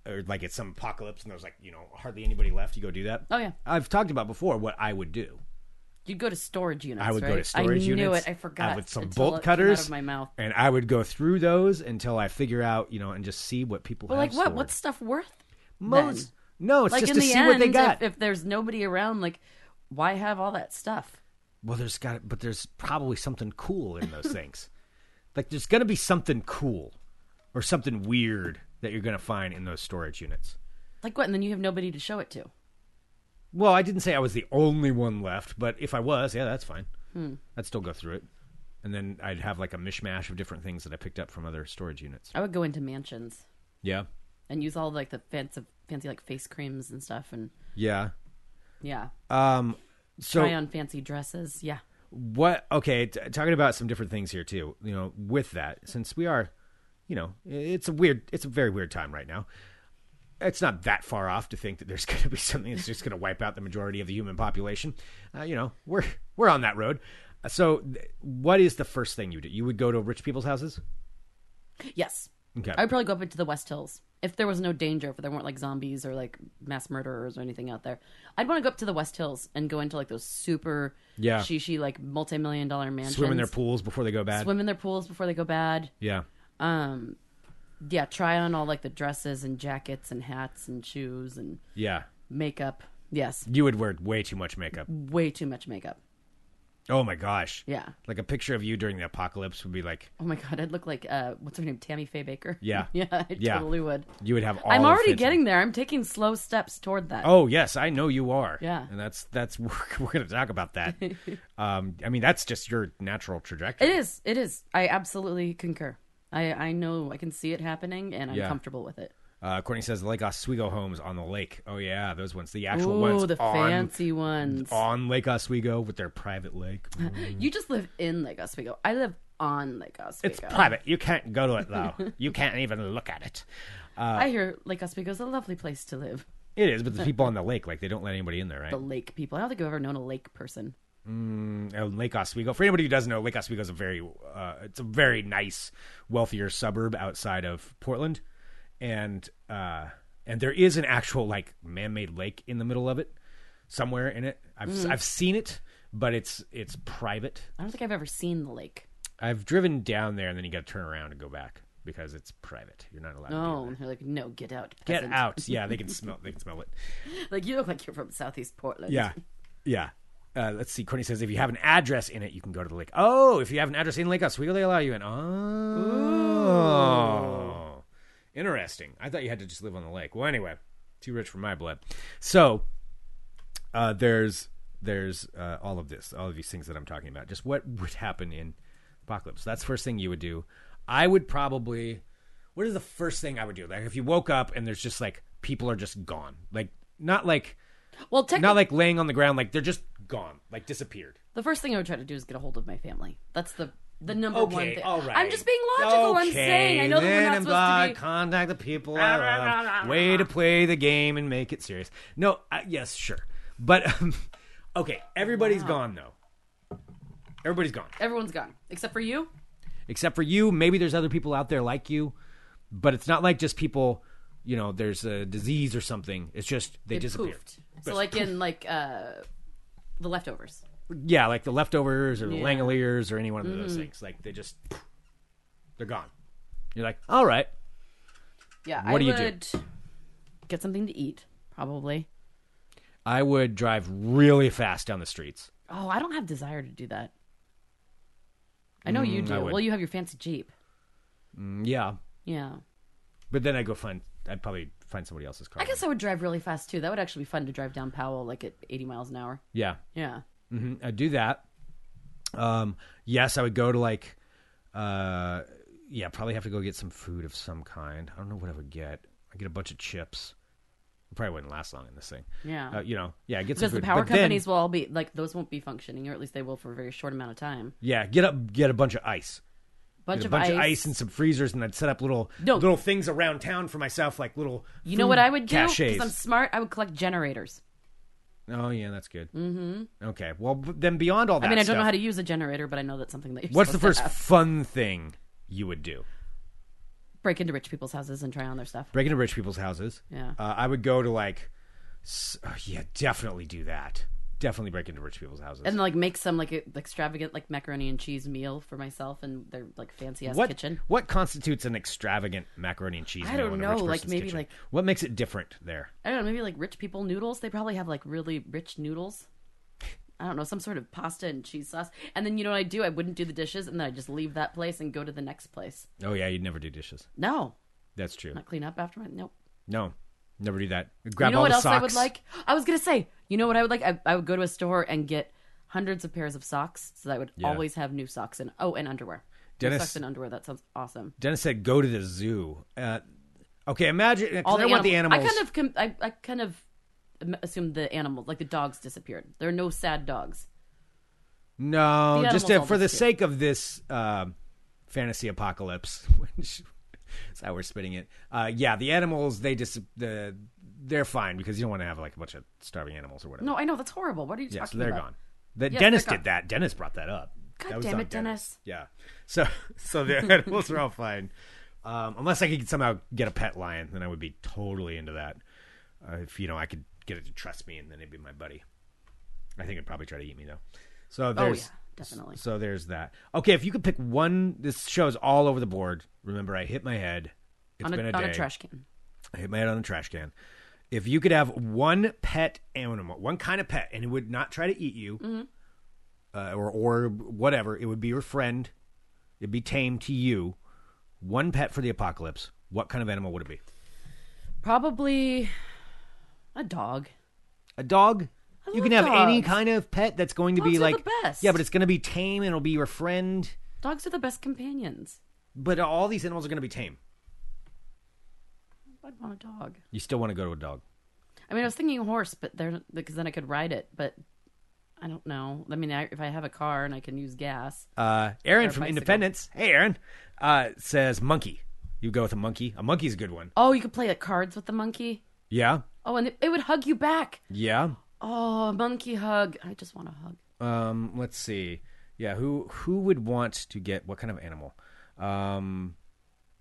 Speaker 1: Or like it's some apocalypse, and there's like you know hardly anybody left. You go do that.
Speaker 2: Oh, yeah.
Speaker 1: I've talked about before what I would do.
Speaker 2: You'd go to storage units.
Speaker 1: I would go
Speaker 2: right?
Speaker 1: to storage
Speaker 2: I
Speaker 1: units.
Speaker 2: knew it. I forgot.
Speaker 1: with some
Speaker 2: until
Speaker 1: bolt
Speaker 2: it came out
Speaker 1: cutters
Speaker 2: of my mouth.
Speaker 1: and I would go through those until I figure out, you know, and just see what people
Speaker 2: But
Speaker 1: have
Speaker 2: like what?
Speaker 1: stored.
Speaker 2: What's stuff worth?
Speaker 1: most? No, it's
Speaker 2: Like
Speaker 1: just
Speaker 2: in
Speaker 1: to
Speaker 2: the
Speaker 1: see
Speaker 2: end,
Speaker 1: what they
Speaker 2: if-
Speaker 1: got.
Speaker 2: If, there's nobody around, like why have all that stuff?
Speaker 1: well, there's got, but there's probably something cool in those things. (laughs) Like there's gonna be something cool or something weird that you're gonna find in those storage units.
Speaker 2: Like what? And then you have nobody to show it to.
Speaker 1: Well, I didn't say I was the only one left, but if I was, yeah, that's fine.
Speaker 2: Hmm.
Speaker 1: I'd still go through it, and then I'd have like a mishmash of different things that I picked up from other storage units.
Speaker 2: I would go into mansions
Speaker 1: Yeah,
Speaker 2: and use all like the fancy, fancy like face creams and stuff, and
Speaker 1: yeah.
Speaker 2: yeah,
Speaker 1: Um, so
Speaker 2: try on fancy dresses. Yeah,
Speaker 1: what okay t- talking about some different things here too you know with that since we are you know i- it's a weird it's a very weird time right now it's not that far off to think that there's (laughs) going to be something that's just going to wipe out the majority of the human population uh, you know we're we're on that road Uh, so th- what is the first thing you do you would go to rich people's houses
Speaker 2: yes.
Speaker 1: okay
Speaker 2: I would probably go up into the West Hills if there was no danger, if there weren't like zombies or like mass murderers or anything out there. I'd want to go up to the West Hills and go into like those super
Speaker 1: Yeah.
Speaker 2: shishi like multi million dollar mansions.
Speaker 1: swim in their pools before they go bad
Speaker 2: swim in their pools before they go bad.
Speaker 1: yeah
Speaker 2: Um, yeah, try on all like the dresses and jackets and hats and shoes and
Speaker 1: yeah
Speaker 2: makeup. Yes,
Speaker 1: you would wear way too much makeup
Speaker 2: way too much makeup.
Speaker 1: oh my gosh
Speaker 2: Yeah.
Speaker 1: like a picture of you during the apocalypse would be like
Speaker 2: Oh my god, I'd look like uh, what's her name, Tammy Faye Baker.
Speaker 1: Yeah.
Speaker 2: (laughs) yeah, I
Speaker 1: Yeah.
Speaker 2: totally would.
Speaker 1: you would have all
Speaker 2: I'm
Speaker 1: the
Speaker 2: already
Speaker 1: fancy-
Speaker 2: getting there. I'm taking slow steps toward that.
Speaker 1: Oh yes, I know you are.
Speaker 2: Yeah.
Speaker 1: and that's that's (laughs) we're, we're going to talk about
Speaker 2: (laughs)
Speaker 1: that. um, I mean that's just your natural trajectory.
Speaker 2: It is. It is. I absolutely concur. I, I know I can see it happening and I'm
Speaker 1: Yeah.
Speaker 2: comfortable with it.
Speaker 1: Uh, Courtney says Lake Oswego homes on the lake. Oh yeah, those ones, the actual
Speaker 2: Ooh,
Speaker 1: ones
Speaker 2: the
Speaker 1: on
Speaker 2: fancy ones.
Speaker 1: on Lake Oswego with their private lake.
Speaker 2: You just live in Lake Oswego. I live on Lake Oswego.
Speaker 1: it's uh, private. You can't go to it
Speaker 2: (laughs)
Speaker 1: though. you can't even look at it.
Speaker 2: I hear Lake Oswego's a lovely place to live.
Speaker 1: It is, but the people on the lake, like they don't let anybody in there, right?
Speaker 2: The lake people. I don't think I've ever known a lake person.
Speaker 1: uh, Lake Oswego. For anybody who doesn't know, Lake Oswego is a very uh, it's a very nice, wealthier suburb outside of Portland, and uh, and there is Hmm. an actual like man-made lake in the middle of it, somewhere in it. I've I've seen it, but it's it's private.
Speaker 2: I don't think I've ever seen the lake.
Speaker 1: I've driven down there, and then you got to turn around and go back because it's private. You're not allowed. to
Speaker 2: No,
Speaker 1: be in
Speaker 2: Oh, and they're like, no, get out.
Speaker 1: there. get
Speaker 2: peasant."
Speaker 1: out. Yeah, (laughs) they can smell. They can smell it.
Speaker 2: Like you look like you're from Southeast Portland.
Speaker 1: Yeah, yeah. Uh, let's see. Courtney says if you have an address in it, you can go to the lake. Oh, if you have an address in Lake Oswego, they allow you in. Oh, interesting. I thought you had to just live on the lake. Well, anyway, too rich for my blood. So uh, there's there's uh, all of this, all of these things that I'm talking about. Just what would happen in apocalypse? That's the first thing you would do. I would probably. What is the first thing I would do? Like if you woke up and there's just like people are just gone. Like not like
Speaker 2: Well, technically,
Speaker 1: not like laying on the ground like they're just gone like disappeared
Speaker 2: the first thing I would try to do is get a hold of my family. That's the the number one
Speaker 1: Okay,
Speaker 2: thing.
Speaker 1: all right.
Speaker 2: I'm just being logical. I'm saying I know that we're
Speaker 1: then
Speaker 2: not
Speaker 1: I'm
Speaker 2: supposed
Speaker 1: glad,
Speaker 2: to be.
Speaker 1: contact the people I love. way to play the game and make it serious no uh, yes sure but um, (laughs) okay everybody's gone though everybody's gone
Speaker 2: Everyone's gone except for you.
Speaker 1: except for you maybe there's other people out there like you but it's not like just people you know there's a disease or something it's just they
Speaker 2: It
Speaker 1: disappear
Speaker 2: poofed. So like in like uh the leftovers.
Speaker 1: yeah like the leftovers or the
Speaker 2: Yeah. Mm-hmm.
Speaker 1: langoliers or any one of those things like they just they're gone you're like all right
Speaker 2: Yeah.
Speaker 1: What
Speaker 2: I
Speaker 1: do you do?
Speaker 2: would Get something to eat, probably.
Speaker 1: I would drive really fast down the streets.
Speaker 2: Oh, I don't have desire to do that. I know you
Speaker 1: Mm, I
Speaker 2: do.
Speaker 1: would.
Speaker 2: Well, you have your fancy jeep.
Speaker 1: Yeah,
Speaker 2: Yeah.
Speaker 1: but then I go find. I'd probably find somebody else's car.
Speaker 2: I guess I would drive really fast too. That would actually be fun to drive down Powell like at 80 miles an hour.
Speaker 1: Yeah,
Speaker 2: Yeah.
Speaker 1: hmm I'd do that. Um, yes, I would go to like. Uh, yeah, probably have to go get some food of some kind. I don't know what I would get. I get a bunch of chips. It probably wouldn't last long in this thing.
Speaker 2: Yeah.
Speaker 1: Uh, you know, yeah, get some
Speaker 2: because
Speaker 1: food.
Speaker 2: the power
Speaker 1: But then-
Speaker 2: companies will all be like those won't be functioning, or at least they will for a very short amount of time.
Speaker 1: yeah, get up, get a bunch of ice.
Speaker 2: Bunch,
Speaker 1: Get a
Speaker 2: of,
Speaker 1: bunch
Speaker 2: ice.
Speaker 1: of ice and some freezers, and I'd set up little
Speaker 2: No.
Speaker 1: little things around town for myself, like little.
Speaker 2: You know what I would do?
Speaker 1: Cachets.
Speaker 2: Because I'm smart. I would collect generators.
Speaker 1: Oh yeah, that's good. Mm-hmm. Okay, well b- then beyond all that,
Speaker 2: I mean, I don't know
Speaker 1: stuff,
Speaker 2: how to use a generator, but I know that's something that you're
Speaker 1: What's the
Speaker 2: supposed
Speaker 1: first
Speaker 2: to have.
Speaker 1: fun thing you would do?
Speaker 2: break into rich people's houses and try on their stuff.
Speaker 1: Break into rich people's houses.
Speaker 2: Yeah.
Speaker 1: uh, I would go to like, s- oh, yeah, definitely do that. Definitely break into rich people's houses.
Speaker 2: And like make some like a- extravagant like macaroni and cheese meal for myself and their like fancy ass
Speaker 1: what
Speaker 2: kitchen.
Speaker 1: what constitutes an extravagant macaroni and cheese?
Speaker 2: I
Speaker 1: meal
Speaker 2: don't
Speaker 1: in a
Speaker 2: know,
Speaker 1: rich
Speaker 2: like,
Speaker 1: person's
Speaker 2: maybe,
Speaker 1: kitchen?
Speaker 2: like-
Speaker 1: what makes it different there?
Speaker 2: I don't know, maybe like rich people noodles. They probably have like really rich noodles. I don't know, some sort of pasta and cheese sauce. And then you know what I do? I wouldn't do the dishes, and then I just leave that place and go to the next place.
Speaker 1: Oh yeah, you'd never do dishes.
Speaker 2: No,
Speaker 1: That's true.
Speaker 2: not clean up after my nope.
Speaker 1: No, never do that. Grab
Speaker 2: you know
Speaker 1: all
Speaker 2: what
Speaker 1: the
Speaker 2: else
Speaker 1: socks.
Speaker 2: I would like? I was gonna say, you know what I would like? I, I would go to a store and get hundreds of pairs of socks, so that I would
Speaker 1: Yeah.
Speaker 2: always have new socks and oh, and underwear. New
Speaker 1: Dennis-
Speaker 2: socks and underwear. That sounds awesome.
Speaker 1: Dennis said, "Go to the zoo." Uh, okay, imagine. 'cause
Speaker 2: All
Speaker 1: I want the
Speaker 2: animal-
Speaker 1: animals.
Speaker 2: I kind of, com- I, I kind of am- assumed the animals, like the dogs, disappeared. There are no sad dogs.
Speaker 1: No,
Speaker 2: The
Speaker 1: just
Speaker 2: animals
Speaker 1: to,
Speaker 2: all
Speaker 1: for the
Speaker 2: disappear.
Speaker 1: sake of this um fantasy apocalypse, (laughs) which is how we're spitting it. Uh, yeah, the animals they just the they're fine because you don't want to have like a bunch of starving animals or whatever.
Speaker 2: No, I know that's horrible. What are you
Speaker 1: yeah, so
Speaker 2: talking
Speaker 1: they're
Speaker 2: about?
Speaker 1: gone. That
Speaker 2: Yes,
Speaker 1: Dennis
Speaker 2: they're gone.
Speaker 1: did that. Dennis brought that up.
Speaker 2: God
Speaker 1: That was
Speaker 2: damn
Speaker 1: on
Speaker 2: it, Dennis.
Speaker 1: Yeah. So (laughs) so the animals are all fine, um, unless I could somehow get a pet lion, then I would be totally into that. Uh, if you know, I could get it to trust me, and then it'd be my buddy. I think it'd probably try to eat me though. So
Speaker 2: Oh
Speaker 1: there's
Speaker 2: yeah, definitely.
Speaker 1: so there's that. Okay, if you could pick one, this show's all over the board. Remember, I hit my head. It's
Speaker 2: On a,
Speaker 1: been a day.
Speaker 2: on a trash can.
Speaker 1: I hit my head on a trash can. If you could have one pet animal, one kind of pet, and it would not try to eat you,
Speaker 2: Mm-hmm.
Speaker 1: uh, or or whatever, it would be your friend. It'd be tame to you. One pet for the apocalypse. What kind of animal would it be?
Speaker 2: Probably a dog.
Speaker 1: A dog. you
Speaker 2: love
Speaker 1: can have any
Speaker 2: dogs.
Speaker 1: kind of pet that's going to be
Speaker 2: Dogs are the
Speaker 1: like
Speaker 2: best.
Speaker 1: yeah, but it's going to be tame and it'll be your friend.
Speaker 2: Dogs are the best companions.
Speaker 1: But all these animals are going to be tame.
Speaker 2: I'd want a dog.
Speaker 1: You still want to go to a dog.
Speaker 2: I mean, I was thinking horse, but there because then I could ride it. But I don't know. I mean, I, if I have a car and I can use gas,
Speaker 1: Uh, Aaron from
Speaker 2: bicycle.
Speaker 1: Independence. Hey, Aaron. Uh, says monkey. You go with a monkey. A monkey's a good one.
Speaker 2: oh, you could play at cards with the monkey.
Speaker 1: Yeah.
Speaker 2: Oh, and it, it would hug you back.
Speaker 1: Yeah.
Speaker 2: Oh, a monkey hug. I just want a hug.
Speaker 1: Um, let's see. Yeah. Who who would want to get what kind of animal? Um,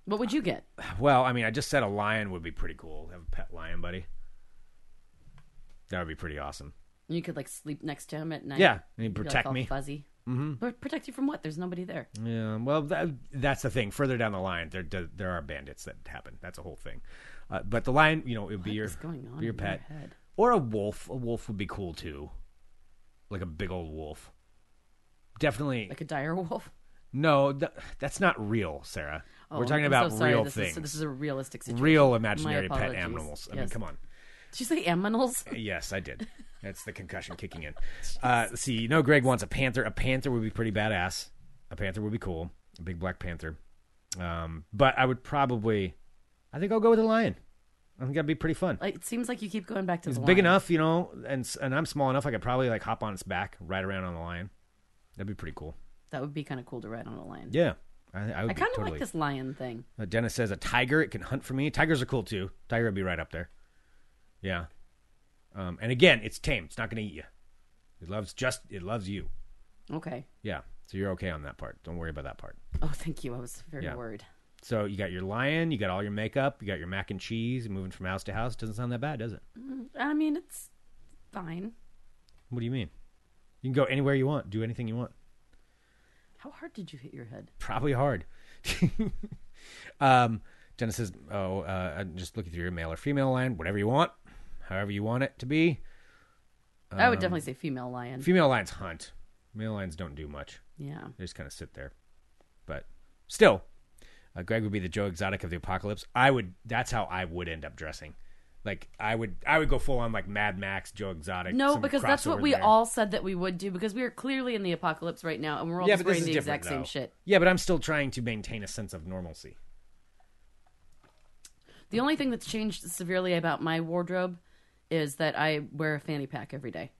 Speaker 2: What would you get?
Speaker 1: well, I mean, I just said a lion would be pretty cool. Have a pet lion, buddy. That would be pretty awesome.
Speaker 2: And you could like sleep next to him at night.
Speaker 1: Yeah, and he'd
Speaker 2: Be, like,
Speaker 1: protect
Speaker 2: all
Speaker 1: me. Mm.
Speaker 2: Fuzzy. Mm-hmm. But protect you from what? There's nobody there.
Speaker 1: Yeah, well, that, that's the thing. Further down the line, there there there are bandits that happen. That's a whole thing. Uh, but the lion, you know, it would be your
Speaker 2: is going on
Speaker 1: be your
Speaker 2: in your
Speaker 1: pet,
Speaker 2: head?
Speaker 1: or a wolf. A wolf would be cool too, like a big old wolf. Definitely
Speaker 2: Like a dire wolf. (laughs)
Speaker 1: no. Th- that's not real, Sarah.
Speaker 2: Oh,
Speaker 1: We're talking
Speaker 2: I'm
Speaker 1: about
Speaker 2: so sorry.
Speaker 1: real
Speaker 2: this Is,
Speaker 1: things,
Speaker 2: so this is a realistic situation.
Speaker 1: real
Speaker 2: My
Speaker 1: imaginary pet
Speaker 2: apologies.
Speaker 1: animals. I mean,
Speaker 2: Yes.
Speaker 1: come on.
Speaker 2: Did you say aminals?
Speaker 1: Yes, I did. That's the concussion kicking in. Uh, let's see, you know, Greg wants a panther. A panther would be pretty badass. A panther would be cool. A big black panther. Um, but I would probably, I think I'll go with a lion. I think that'd be pretty fun.
Speaker 2: (laughs) Like, it seems like you keep going back to
Speaker 1: It's
Speaker 2: the
Speaker 1: big
Speaker 2: lion.
Speaker 1: enough, you know, and s- and I'm small enough. I could probably like hop on its back, ride around on the lion. That'd be pretty cool.
Speaker 2: That would be kind of cool to ride on a lion.
Speaker 1: Yeah, I, I would be
Speaker 2: I kind of
Speaker 1: totally.
Speaker 2: like this lion thing.
Speaker 1: Uh, Dennis says a tiger. It can hunt for me. Tigers are cool too. Tiger would be right up there. Yeah. Um, and again, it's tame. It's not going to eat you. It loves just. It loves you.
Speaker 2: Okay.
Speaker 1: Yeah. So you're okay on that part. Don't worry about that part.
Speaker 2: Oh, thank you. I was very
Speaker 1: Yeah.
Speaker 2: worried.
Speaker 1: So you got your lion. You got all your makeup. You got your mac and cheese. Moving from house to house doesn't sound that bad, does it?
Speaker 2: I mean, it's fine.
Speaker 1: What do you mean? You can go anywhere you want. Do anything you want.
Speaker 2: How hard did you hit your head?
Speaker 1: Probably hard. (laughs) um, Dennis says, "Oh, uh, I'm just looking through your male or female lion, whatever you want, however you want it to be."
Speaker 2: I
Speaker 1: Um,
Speaker 2: would definitely say female lion.
Speaker 1: Female lions hunt. Male lions don't do much.
Speaker 2: yeah.
Speaker 1: They just kind of sit there. But still, uh, Greg would be the Joe Exotic of the apocalypse. I would. That's how I would end up dressing. Like I would. I would go full on like Mad Max, Joe Exotic.
Speaker 2: No,
Speaker 1: some
Speaker 2: because that's what
Speaker 1: crossover
Speaker 2: we
Speaker 1: there.
Speaker 2: all said that we would do because we are clearly in the apocalypse right now and we're all
Speaker 1: Yeah,
Speaker 2: just
Speaker 1: but this
Speaker 2: wearing
Speaker 1: is
Speaker 2: the
Speaker 1: different.
Speaker 2: exact same
Speaker 1: though.
Speaker 2: shit.
Speaker 1: Yeah, but I'm still trying to maintain a sense of normalcy.
Speaker 2: The only thing that's changed severely about my wardrobe is that I wear a fanny pack every day.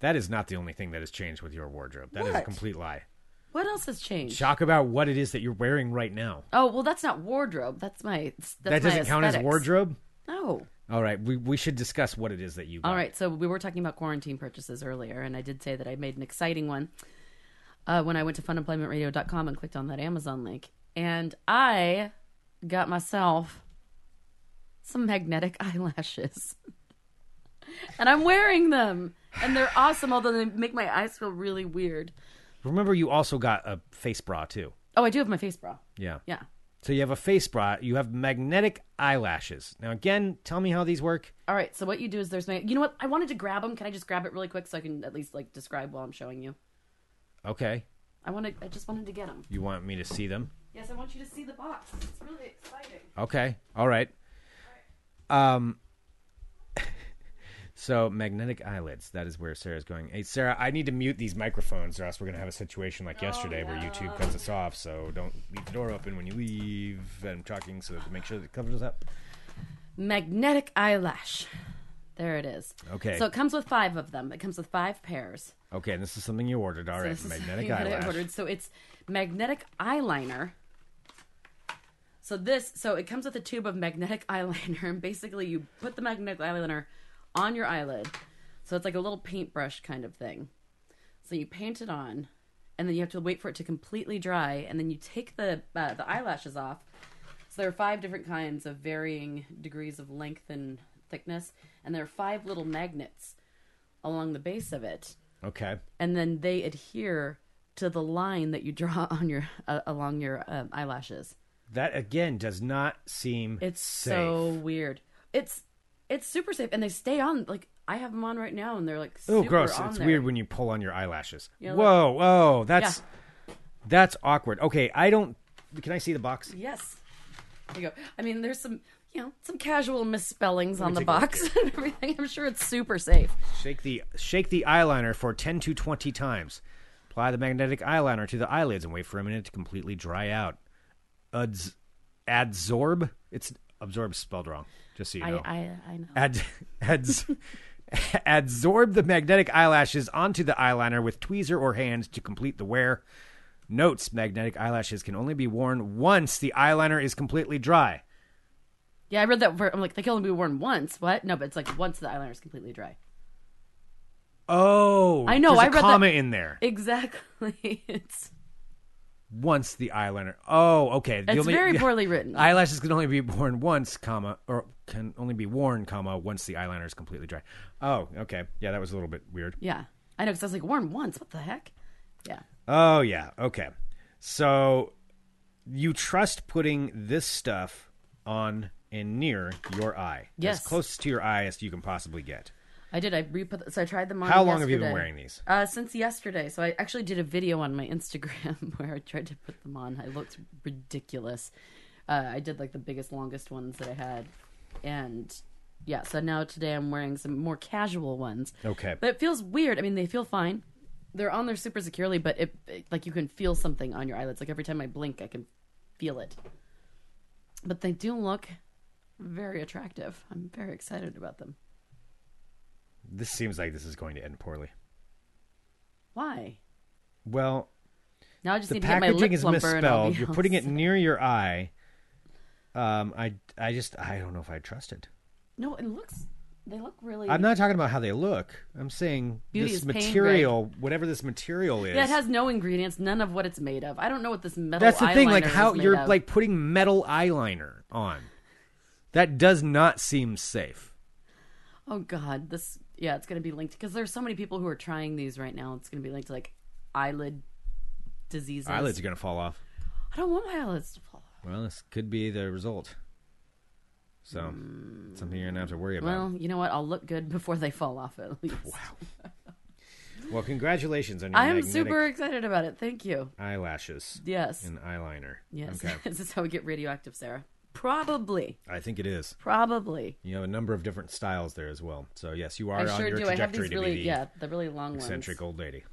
Speaker 1: That is not the only thing that has changed with your wardrobe. That is a
Speaker 2: What?
Speaker 1: complete lie.
Speaker 2: What else has changed?
Speaker 1: Talk about what it is that you're wearing right now.
Speaker 2: Oh, well, that's not wardrobe. That's my. That's
Speaker 1: that doesn't
Speaker 2: my
Speaker 1: count as
Speaker 2: aesthetics.
Speaker 1: wardrobe.
Speaker 2: No.
Speaker 1: All right, we we should discuss what it is that you.
Speaker 2: All
Speaker 1: got.
Speaker 2: right, so we were talking about quarantine purchases earlier, and I did say that I made an exciting one uh, when I went to funemploymentradio.com and clicked on that Amazon link. And I got myself some magnetic (laughs) eyelashes. and I'm wearing them, and they're awesome, although they make my eyes feel really weird.
Speaker 1: Remember, you also got a face bra too.
Speaker 2: Oh, I do have my face bra.
Speaker 1: Yeah.
Speaker 2: Yeah.
Speaker 1: So you have a face bra. You have magnetic eyelashes. Now, again, tell me how these work.
Speaker 2: All right, so what you do is there's my. You know what? I wanted to grab them. Can I just grab it really quick so I can at least like describe while I'm showing you?
Speaker 1: Okay.
Speaker 2: I wanted. I just wanted to get them.
Speaker 1: You want me to see them?
Speaker 2: Yes, I want you to see the box. It's really exciting.
Speaker 1: Okay. All right. Um. (laughs) So magnetic eyelids. That is where Sarah's going. Hey, Sarah, I need to mute these microphones, or else we're gonna have a situation
Speaker 2: Oh,
Speaker 1: like yesterday where YouTube cuts us off. So don't leave the door open when you leave. I'm talking, so to make sure that it covers us up.
Speaker 2: Magnetic eyelash. There it is.
Speaker 1: Okay.
Speaker 2: So it comes with five of them. It comes with five pairs.
Speaker 1: Okay, and this is something you ordered. All
Speaker 2: So
Speaker 1: right,
Speaker 2: this is
Speaker 1: magnetic
Speaker 2: something that I
Speaker 1: eyelash.
Speaker 2: ordered. So it's magnetic eyeliner. So this, so it comes with a tube of magnetic (laughs) eyeliner, and basically you put the magnetic eyeliner on your eyelid. So it's like a little paintbrush kind of thing. So you paint it on, and then you have to wait for it to completely dry, and then you take the uh, the eyelashes off. So there are five different kinds of varying degrees of length and thickness, and there are five little magnets along the base of it
Speaker 1: Okay.
Speaker 2: and then they adhere to the line that you draw (laughs) on your uh, along your um, eyelashes.
Speaker 1: That again does not seem.
Speaker 2: It's
Speaker 1: safe.
Speaker 2: so weird. It's it's super safe, and they stay on. Like I have them on right now, and they're like
Speaker 1: Oh,
Speaker 2: super
Speaker 1: gross!
Speaker 2: on
Speaker 1: It's
Speaker 2: there.
Speaker 1: weird when you pull on your eyelashes.
Speaker 2: Yeah, like-
Speaker 1: whoa, whoa, that's that's awkward. Okay, I don't. Can I see the box?
Speaker 2: Yes, there you go. I mean, there's some you know some casual misspellings on the
Speaker 1: take a look
Speaker 2: box (laughs) and everything. I'm sure it's super safe.
Speaker 1: Shake the shake the eyeliner for ten to twenty times. Apply the magnetic eyeliner to the eyelids and wait for a minute to completely dry out. Uds, adsorb. It's absorb spelled wrong. Just so you
Speaker 2: I
Speaker 1: know.
Speaker 2: I, I know.
Speaker 1: Ad, ads, (laughs) adsorb the magnetic eyelashes onto the eyeliner with tweezer or hand to complete the wear. Notes: Magnetic eyelashes can only be worn once the eyeliner is completely dry.
Speaker 2: Yeah, I read that. word. I'm like they can only be worn once. What? No, but it's like once the eyeliner is completely dry.
Speaker 1: Oh,
Speaker 2: I know,
Speaker 1: There's a
Speaker 2: I read that-
Speaker 1: comma in there.
Speaker 2: Exactly. (laughs) It's
Speaker 1: once the eyeliner. Oh, okay. The
Speaker 2: It's
Speaker 1: only- (laughs)
Speaker 2: very
Speaker 1: yeah.
Speaker 2: poorly written.
Speaker 1: Eyelashes can only be worn once, comma, or can only be worn, comma, once the eyeliner is completely dry. Oh, okay. Yeah, that was a little bit weird.
Speaker 2: yeah, I know because I was like worn once. What the heck? Yeah,
Speaker 1: Oh yeah, okay. So you trust putting this stuff on and near your eye, as
Speaker 2: Yes.
Speaker 1: close to your eye as you can possibly get.
Speaker 2: I did. I re-put. So I tried them on.
Speaker 1: How long have you been
Speaker 2: yesterday.
Speaker 1: wearing these?
Speaker 2: Uh, since yesterday, so I actually did a video on my Instagram (laughs) where I tried to put them on. I looked ridiculous. Uh, I did like the biggest, longest ones that I had, and yeah. So now today I'm wearing some more casual ones.
Speaker 1: Okay.
Speaker 2: but it feels weird. I mean, they feel fine. They're on there super securely, but it, it- like you can feel something on your eyelids. Like every time I blink, I can feel it. But they do look very attractive. I'm very excited about them.
Speaker 1: This seems like this is going to end poorly.
Speaker 2: Why?
Speaker 1: Well,
Speaker 2: Now I just
Speaker 1: the
Speaker 2: need to get my lip
Speaker 1: packaging is
Speaker 2: plumper and I'll
Speaker 1: misspelled.
Speaker 2: be
Speaker 1: You're
Speaker 2: all
Speaker 1: putting it
Speaker 2: set.
Speaker 1: near your eye. Um, I, I just, I don't know if I trust it.
Speaker 2: No, it looks. They look really.
Speaker 1: I'm not talking about how they look. I'm saying
Speaker 2: Beauty
Speaker 1: this
Speaker 2: is pain, Greg.
Speaker 1: material, whatever this material is.
Speaker 2: Yeah, it has no ingredients, none of what it's made of. I don't know what this metal.
Speaker 1: That's the thing. Like
Speaker 2: Oh, eyeliner is
Speaker 1: how
Speaker 2: made
Speaker 1: you're
Speaker 2: of.
Speaker 1: like putting metal eyeliner on. That does not seem safe.
Speaker 2: Oh God, this. Yeah, it's gonna be linked because there's so many people who are trying these right now. It's gonna be linked to like eyelid diseases.
Speaker 1: Eyelids are gonna fall off.
Speaker 2: I don't want my eyelids to fall. off.
Speaker 1: Well, this could be the result. So something you're gonna have to worry about.
Speaker 2: Well, you know what? I'll look good before they fall off at least.
Speaker 1: Well, congratulations on your
Speaker 2: I am
Speaker 1: magnetic
Speaker 2: super excited about it. Thank you.
Speaker 1: eyelashes
Speaker 2: Yes.
Speaker 1: and eyeliner.
Speaker 2: yes. (laughs)
Speaker 1: Okay.
Speaker 2: Is this how we get radioactive, Sarah? Probably.
Speaker 1: I think it is.
Speaker 2: Probably.
Speaker 1: You have a number of different styles there as well. So yes, you are
Speaker 2: I
Speaker 1: on
Speaker 2: sure
Speaker 1: your
Speaker 2: do. I
Speaker 1: trajectory
Speaker 2: have these
Speaker 1: to be
Speaker 2: really,
Speaker 1: the
Speaker 2: yeah, the really long
Speaker 1: eccentric
Speaker 2: ones.
Speaker 1: old lady.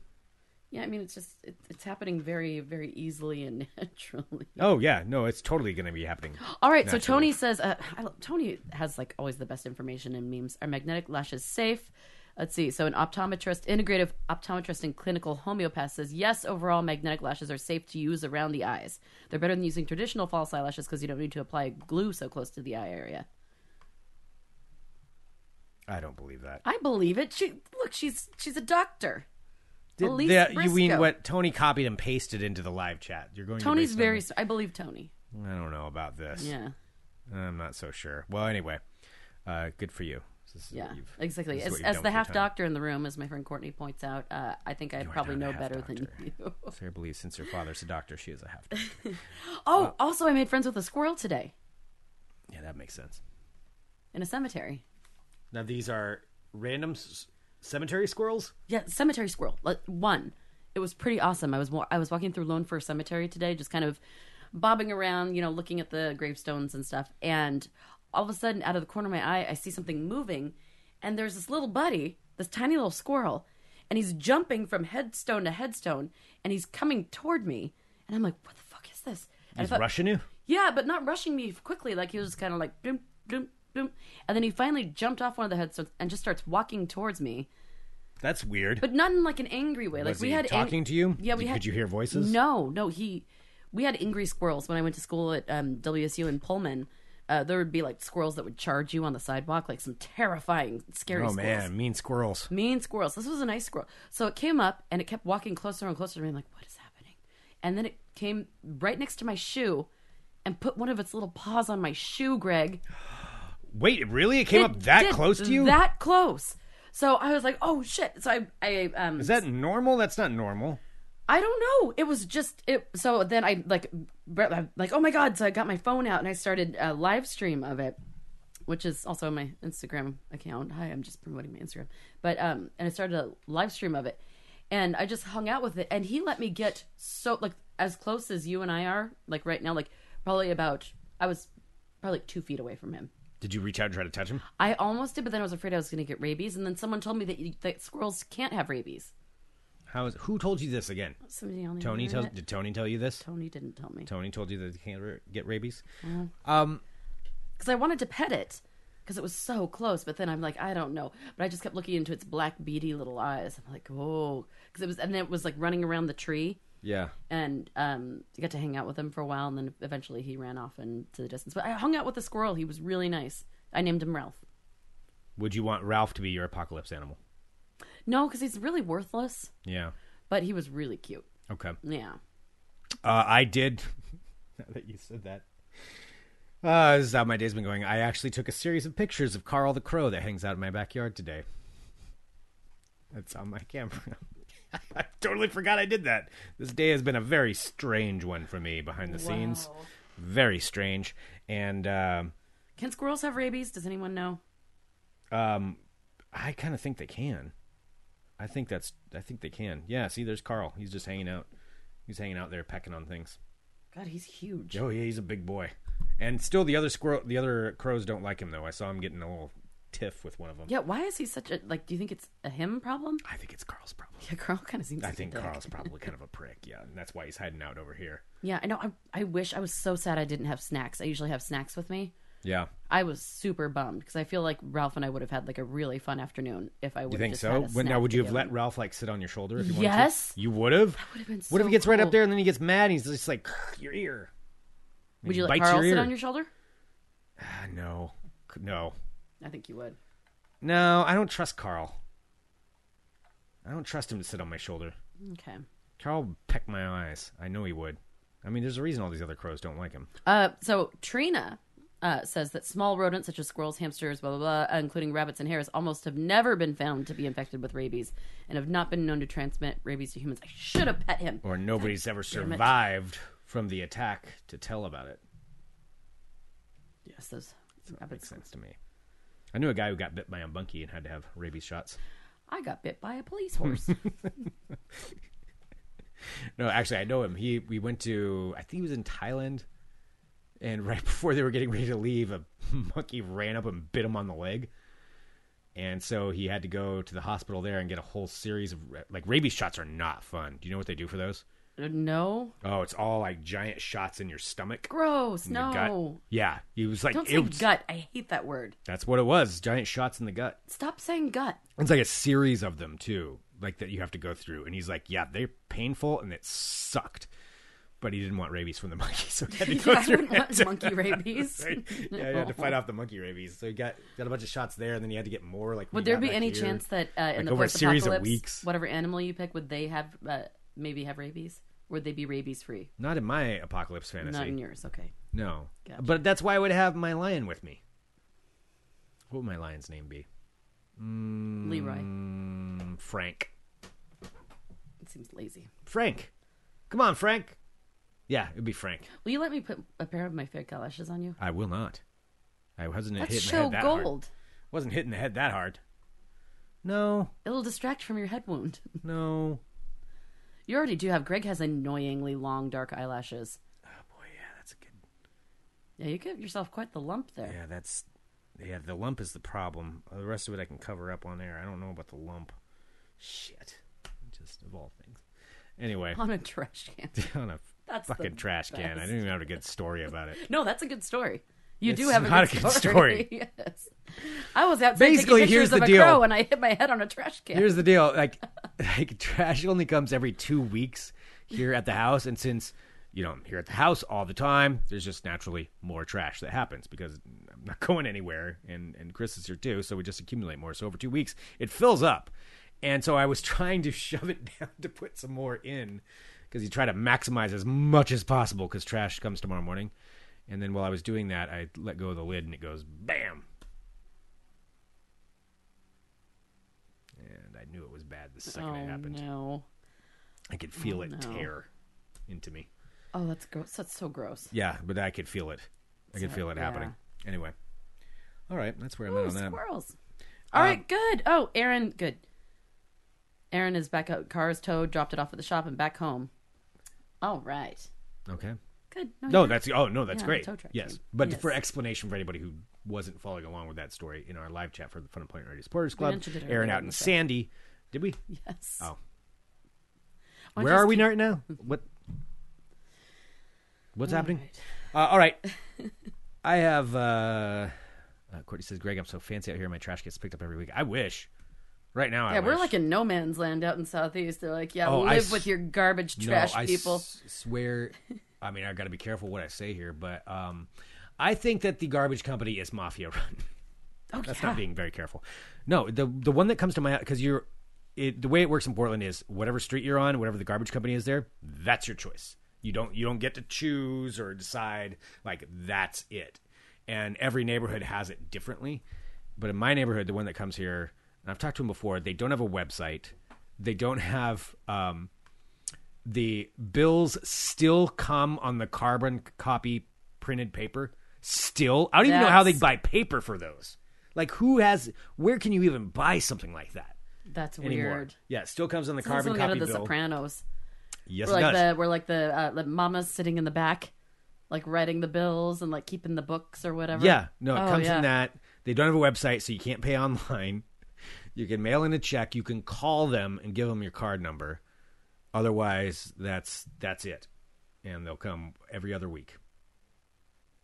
Speaker 2: Yeah, I mean, it's just it, it's happening very, very easily and (laughs) naturally.
Speaker 1: Oh yeah, no, it's totally gonna be happening.
Speaker 2: All right, so
Speaker 1: Naturally.
Speaker 2: Tony says uh, I, love- Tony has like always the best information in memes. Are magnetic lashes safe? Let's see. So an optometrist, integrative optometrist and clinical homeopath says yes. Overall, magnetic lashes are safe to use around the eyes. They're better than using traditional false eyelashes because you don't need to apply glue so close to the eye area.
Speaker 1: I don't believe that.
Speaker 2: I believe it. She look, she's she's a doctor.
Speaker 1: Did
Speaker 2: Elise
Speaker 1: that- you mean
Speaker 2: Briscoe.
Speaker 1: what Tony copied and pasted into the live chat? You're going.
Speaker 2: Tony's
Speaker 1: to base
Speaker 2: very. I believe Tony.
Speaker 1: it on- I don't know about this.
Speaker 2: Yeah.
Speaker 1: I'm not so sure. Well, anyway, uh, good for you. This is
Speaker 2: Yeah,
Speaker 1: what you've-
Speaker 2: exactly.
Speaker 1: this is
Speaker 2: As,
Speaker 1: what you've done
Speaker 2: as
Speaker 1: with
Speaker 2: the
Speaker 1: your
Speaker 2: half
Speaker 1: time.
Speaker 2: doctor in the room, as my friend Courtney points out, uh, I think I probably
Speaker 1: not a half
Speaker 2: know better than
Speaker 1: doctor.
Speaker 2: you.
Speaker 1: Sarah believes since her father's a doctor, she is a
Speaker 2: (laughs)
Speaker 1: half. doctor.
Speaker 2: Oh, (laughs) also, I made friends with a squirrel today
Speaker 1: yeah, that makes sense.
Speaker 2: in a cemetery.
Speaker 1: Now these are random s- cemetery squirrels.
Speaker 2: Yeah, cemetery squirrel. like, One. It was pretty awesome. I was wa- I was walking through Lone Fir Cemetery today, just kind of bobbing around, you know, looking at the gravestones and stuff. And all of a sudden, out of the corner of my eye, I see something moving, and there's this little buddy, this tiny little squirrel, and he's jumping from headstone to headstone, and he's coming toward me, and I'm like, "What the fuck is this?" And I
Speaker 1: He's
Speaker 2: thought-
Speaker 1: rushing you.
Speaker 2: Yeah, but not rushing me quickly. Like he was just kind of like boom, boom, boom, and then he finally jumped off one of the headstones and just starts walking towards me,
Speaker 1: That's weird.
Speaker 2: but not in like an angry way. Like
Speaker 1: Was
Speaker 2: we
Speaker 1: he
Speaker 2: had ang-
Speaker 1: talking to you?
Speaker 2: Yeah, we
Speaker 1: Did-
Speaker 2: had.
Speaker 1: could you hear voices?
Speaker 2: No, no. He, we had angry squirrels when I went to school at um, WSU in Pullman. Uh, there would be like squirrels that would charge you on the sidewalk, like some terrifying, scary.
Speaker 1: oh
Speaker 2: squirrels.
Speaker 1: man, mean squirrels.
Speaker 2: Mean squirrels. This was a nice squirrel. So it came up and it kept walking closer and closer to me. I'm like, what is happening? And then it came right next to my shoe and put one of its little paws on my shoe, Greg.
Speaker 1: Wait, really? It came
Speaker 2: It
Speaker 1: up that
Speaker 2: did
Speaker 1: close to you?
Speaker 2: That close. So I was like, oh shit. So I, I, um,
Speaker 1: Is that normal? That's not normal.
Speaker 2: I don't know. It was just it. So then I like, bre- I'm like, oh my god! So I got my phone out and I started a live stream of it, which is also on my Instagram account. Hi, I'm just promoting my Instagram. But um, and I started a live stream of it, and I just hung out with it, and he let me get so like as close as you and I are, like right now, like probably about I was probably like two feet away from him.
Speaker 1: Did you reach out and try to touch him?
Speaker 2: I almost did, but then I was afraid I was going to get rabies, and then someone told me that you, that squirrels can't have rabies.
Speaker 1: How is? Who told you this again?
Speaker 2: Somebody on the
Speaker 1: Tony tells.
Speaker 2: internet.
Speaker 1: Did Tony tell you this?
Speaker 2: Tony didn't tell me.
Speaker 1: Tony told you that you can't ra- get rabies. Um,
Speaker 2: because I wanted to pet it because it was so close. But then I'm like, I don't know. But I just kept looking into its black beady little eyes. I'm like, oh, because it was, and then it was like running around the tree.
Speaker 1: yeah.
Speaker 2: And um, I got to hang out with him for a while, and then eventually he ran off into the distance. But I hung out with the squirrel. He was really nice. I named him Ralph.
Speaker 1: Would you want Ralph to be your apocalypse animal?
Speaker 2: No, because he's really worthless,
Speaker 1: Yeah.
Speaker 2: but he was really cute.
Speaker 1: Okay.
Speaker 2: Yeah.
Speaker 1: Uh, I did. (laughs) now that you said that. Uh, this is how my day's been going. I actually took a series of pictures of Carl the Crow that hangs out in my backyard today. That's on my camera. (laughs) I totally forgot I did that. This day has been a very strange one for me behind the scenes.
Speaker 2: Wow.
Speaker 1: Very strange. And um
Speaker 2: Can squirrels have rabies? Does anyone know?
Speaker 1: um, I kind of think they can. I think that's. I think they can. Yeah. See, there's Carl. He's just hanging out. He's hanging out there pecking on things.
Speaker 2: God, he's huge.
Speaker 1: Oh yeah, he's a big boy. And still, the other squirrel, the other crows don't like him though. I saw him getting a little tiff with one of them.
Speaker 2: Yeah, why is he such a like? Do you think it's a him problem? (laughs)
Speaker 1: I think it's Carl's problem.
Speaker 2: Yeah, Carl kind of seems.
Speaker 1: I
Speaker 2: like a
Speaker 1: think
Speaker 2: dick.
Speaker 1: Carl's probably kind of a prick. Yeah, and that's why he's hiding out over here.
Speaker 2: Yeah, I know. I I wish I was so sad I didn't have snacks. I usually have snacks with me.
Speaker 1: Yeah.
Speaker 2: I was super bummed because I feel like Ralph and I would have had like a really fun afternoon if I would.
Speaker 1: You think
Speaker 2: just Had
Speaker 1: so?
Speaker 2: a
Speaker 1: When, now,
Speaker 2: snack
Speaker 1: would you
Speaker 2: to
Speaker 1: have
Speaker 2: give
Speaker 1: let
Speaker 2: him.
Speaker 1: Ralph like sit on your shoulder if you wanted to?
Speaker 2: Yes.
Speaker 1: You would have.
Speaker 2: That would have been.
Speaker 1: What if
Speaker 2: so
Speaker 1: he gets right
Speaker 2: cool.
Speaker 1: up there and then he gets mad and he's just like your ear? And
Speaker 2: Would
Speaker 1: he
Speaker 2: you let
Speaker 1: bites
Speaker 2: Carl
Speaker 1: your
Speaker 2: sit
Speaker 1: ear.
Speaker 2: on your shoulder?
Speaker 1: Ah, no, no,
Speaker 2: I think you would.
Speaker 1: no. I don't trust Carl. I don't trust him to sit on my shoulder.
Speaker 2: Okay.
Speaker 1: Carl would peck my eyes. I know he would. I mean, there's a reason all these other crows don't like him.
Speaker 2: Uh, so Trina uh, says that small rodents such as squirrels, hamsters, blah blah blah, including rabbits and hares, almost have never been found to be infected with rabies and have not been known to transmit rabies to humans. I should have pet him.
Speaker 1: or nobody's ever
Speaker 2: it.
Speaker 1: survived from the attack to tell about it.
Speaker 2: Yes, those
Speaker 1: Makes
Speaker 2: rabbits.
Speaker 1: sense to me. I knew a guy who got bit by a monkey and had to have rabies shots.
Speaker 2: I got bit by a
Speaker 1: (laughs)
Speaker 2: police horse.
Speaker 1: No, actually, I know him. He we went to I think he was in Thailand, and (laughs) right before they were getting ready to leave, a (laughs) monkey ran up and bit him on the leg, and so he had to go to the hospital there and get a whole series of ra- like rabies shots are not fun. Do you know what they do for those?
Speaker 2: no,
Speaker 1: Oh, it's all like giant shots in your stomach.
Speaker 2: gross.
Speaker 1: in the gut.
Speaker 2: No,
Speaker 1: Yeah, he was like,
Speaker 2: don't say
Speaker 1: "Ew."
Speaker 2: gut. I hate that word.
Speaker 1: that's what it was. Giant shots in the gut.
Speaker 2: Stop saying gut.
Speaker 1: it's like a series of them too like that you have to go through and he's like yeah they're painful and it sucked but he didn't want rabies from the (laughs) monkey so he had to go
Speaker 2: (laughs) I
Speaker 1: through
Speaker 2: wouldn't
Speaker 1: it. (laughs)
Speaker 2: want monkey rabies. (laughs)
Speaker 1: Right? yeah he had to fight off the monkey rabies so he got got a bunch of shots there and then he had to get more like when
Speaker 2: Would
Speaker 1: he
Speaker 2: there
Speaker 1: got
Speaker 2: be
Speaker 1: back
Speaker 2: any
Speaker 1: here.
Speaker 2: chance that uh, in
Speaker 1: Like,
Speaker 2: the
Speaker 1: over a series of
Speaker 2: post-apocalypse,
Speaker 1: weeks?
Speaker 2: whatever animal you pick, would they have uh, maybe have rabies? Would they be rabies free?
Speaker 1: not in my apocalypse
Speaker 2: Not in
Speaker 1: fantasy
Speaker 2: yours. Okay.
Speaker 1: no
Speaker 2: Gotcha.
Speaker 1: but that's why i would have my lion with me what would my lion's name be
Speaker 2: Leroy.
Speaker 1: Mm, frank
Speaker 2: It seems lazy.
Speaker 1: frank come on frank yeah it'd be frank
Speaker 2: Will you let me put a pair of my fake eyelashes on you?
Speaker 1: i will not i wasn't
Speaker 2: That's
Speaker 1: hitting the
Speaker 2: show
Speaker 1: head that hard.
Speaker 2: gold.
Speaker 1: Wasn't hitting the head that hard. No,
Speaker 2: It'll distract from your head wound. (laughs)
Speaker 1: no.
Speaker 2: You already do have. Greg has annoyingly long dark eyelashes.
Speaker 1: Oh boy, yeah, that's a good.
Speaker 2: Yeah, you give yourself quite the lump there.
Speaker 1: Yeah, that's. Yeah, the lump is the problem. Uh, The rest of it I can cover up on air. I don't know about the lump. Shit. Just of all things. Anyway, (laughs)
Speaker 2: (laughs) On a trash can.
Speaker 1: on a
Speaker 2: That's the
Speaker 1: fucking trash can. I
Speaker 2: best.
Speaker 1: didn't even have a good story about it.
Speaker 2: No, that's a good story. You do
Speaker 1: It's
Speaker 2: have a
Speaker 1: not
Speaker 2: good
Speaker 1: a good
Speaker 2: story. (laughs) yes. I was outside
Speaker 1: Basically,
Speaker 2: taking pictures
Speaker 1: here's
Speaker 2: of
Speaker 1: the
Speaker 2: a
Speaker 1: deal.
Speaker 2: crow and I hit my head on a trash can.
Speaker 1: Here's the deal. Like, (laughs) like trash only comes every two weeks here at the house, and since you know I'm here at the house all the time, there's just naturally more trash that happens because I'm not (laughs) going anywhere, and and Chris is here too, so we just accumulate more. So over two weeks, it fills up, and so I was (laughs) trying to shove it (laughs) down to put some more in because you try to maximize as much as possible because trash comes tomorrow morning, and then while I was doing that, I let go of the lid and it goes bam. And I knew it was bad the second
Speaker 2: oh,
Speaker 1: it happened.
Speaker 2: no.
Speaker 1: I could feel it
Speaker 2: Oh, no.
Speaker 1: tear into me.
Speaker 2: Oh, that's gross. That's so gross.
Speaker 1: Yeah, but I could feel it. I could
Speaker 2: So,
Speaker 1: feel it happening. Anyway. All right, that's where I'm at
Speaker 2: Oh,
Speaker 1: on that.
Speaker 2: squirrels. All right, good. Oh, Aaron, good. Aaron is back out. Car's towed, dropped it off at the shop, and back home. All right.
Speaker 1: Okay.
Speaker 2: Good.
Speaker 1: No,
Speaker 2: you're-
Speaker 1: that's oh no, that's
Speaker 2: Yeah,
Speaker 1: great.
Speaker 2: tow truck
Speaker 1: Yes,
Speaker 2: came.
Speaker 1: but
Speaker 2: Yes.
Speaker 1: for explanation for anybody who wasn't following along with that story in our live chat for the Fun Employment Radio Supporters Club,
Speaker 2: mentioned it earlier
Speaker 1: Aaron
Speaker 2: in
Speaker 1: out
Speaker 2: the
Speaker 1: in
Speaker 2: show.
Speaker 1: Sandy, did we?
Speaker 2: Yes.
Speaker 1: Oh. Where
Speaker 2: Why don't you
Speaker 1: are
Speaker 2: just
Speaker 1: we
Speaker 2: keep-
Speaker 1: right now?
Speaker 2: (laughs)
Speaker 1: What? What's happening?
Speaker 2: right.
Speaker 1: Uh, all right.
Speaker 2: (laughs)
Speaker 1: I have. Uh, uh, Courtney says, "Greg, I'm so fancy out here. My trash gets picked up every week. I wish. Right now, I
Speaker 2: Yeah, we're
Speaker 1: wish.
Speaker 2: like in no man's land out in Southeast. They're like, yeah,
Speaker 1: Oh, I
Speaker 2: live
Speaker 1: s-
Speaker 2: with your garbage trash
Speaker 1: no, I
Speaker 2: people.
Speaker 1: s- swear. I mean, I got to be careful what I say here, but um, I think that the garbage company is mafia run.
Speaker 2: oh,
Speaker 1: That's
Speaker 2: yeah.
Speaker 1: not being very careful. No, the the one that comes to my because you're it, the way it works in Portland is whatever street you're on, whatever the garbage company is there, that's your choice. You don't you don't get to choose or decide like that's it. And every neighborhood has it differently. But in my neighborhood, the one that comes here, and I've talked to them before, they don't have a website. They don't have um, the bills still come on the carbon copy printed paper. Still, I don't even know how they
Speaker 2: That's-
Speaker 1: buy paper for those. Like, who has? Where can you even buy something like that
Speaker 2: That's
Speaker 1: anymore?
Speaker 2: weird.
Speaker 1: Yeah, it still comes on the
Speaker 2: This is
Speaker 1: carbon
Speaker 2: something out
Speaker 1: copy
Speaker 2: of The
Speaker 1: bill.
Speaker 2: Sopranos.
Speaker 1: Yes,
Speaker 2: We're
Speaker 1: it
Speaker 2: like
Speaker 1: does.
Speaker 2: the we're like the uh, the mamas sitting in the back, like writing the bills and like keeping the books or whatever.
Speaker 1: Yeah, no, it
Speaker 2: Oh,
Speaker 1: comes
Speaker 2: yeah.
Speaker 1: from that. They don't have a website, so you can't pay (laughs) online. You can mail in a check. You can call them and give them your card number. Otherwise, that's that's it, and they'll come every other week.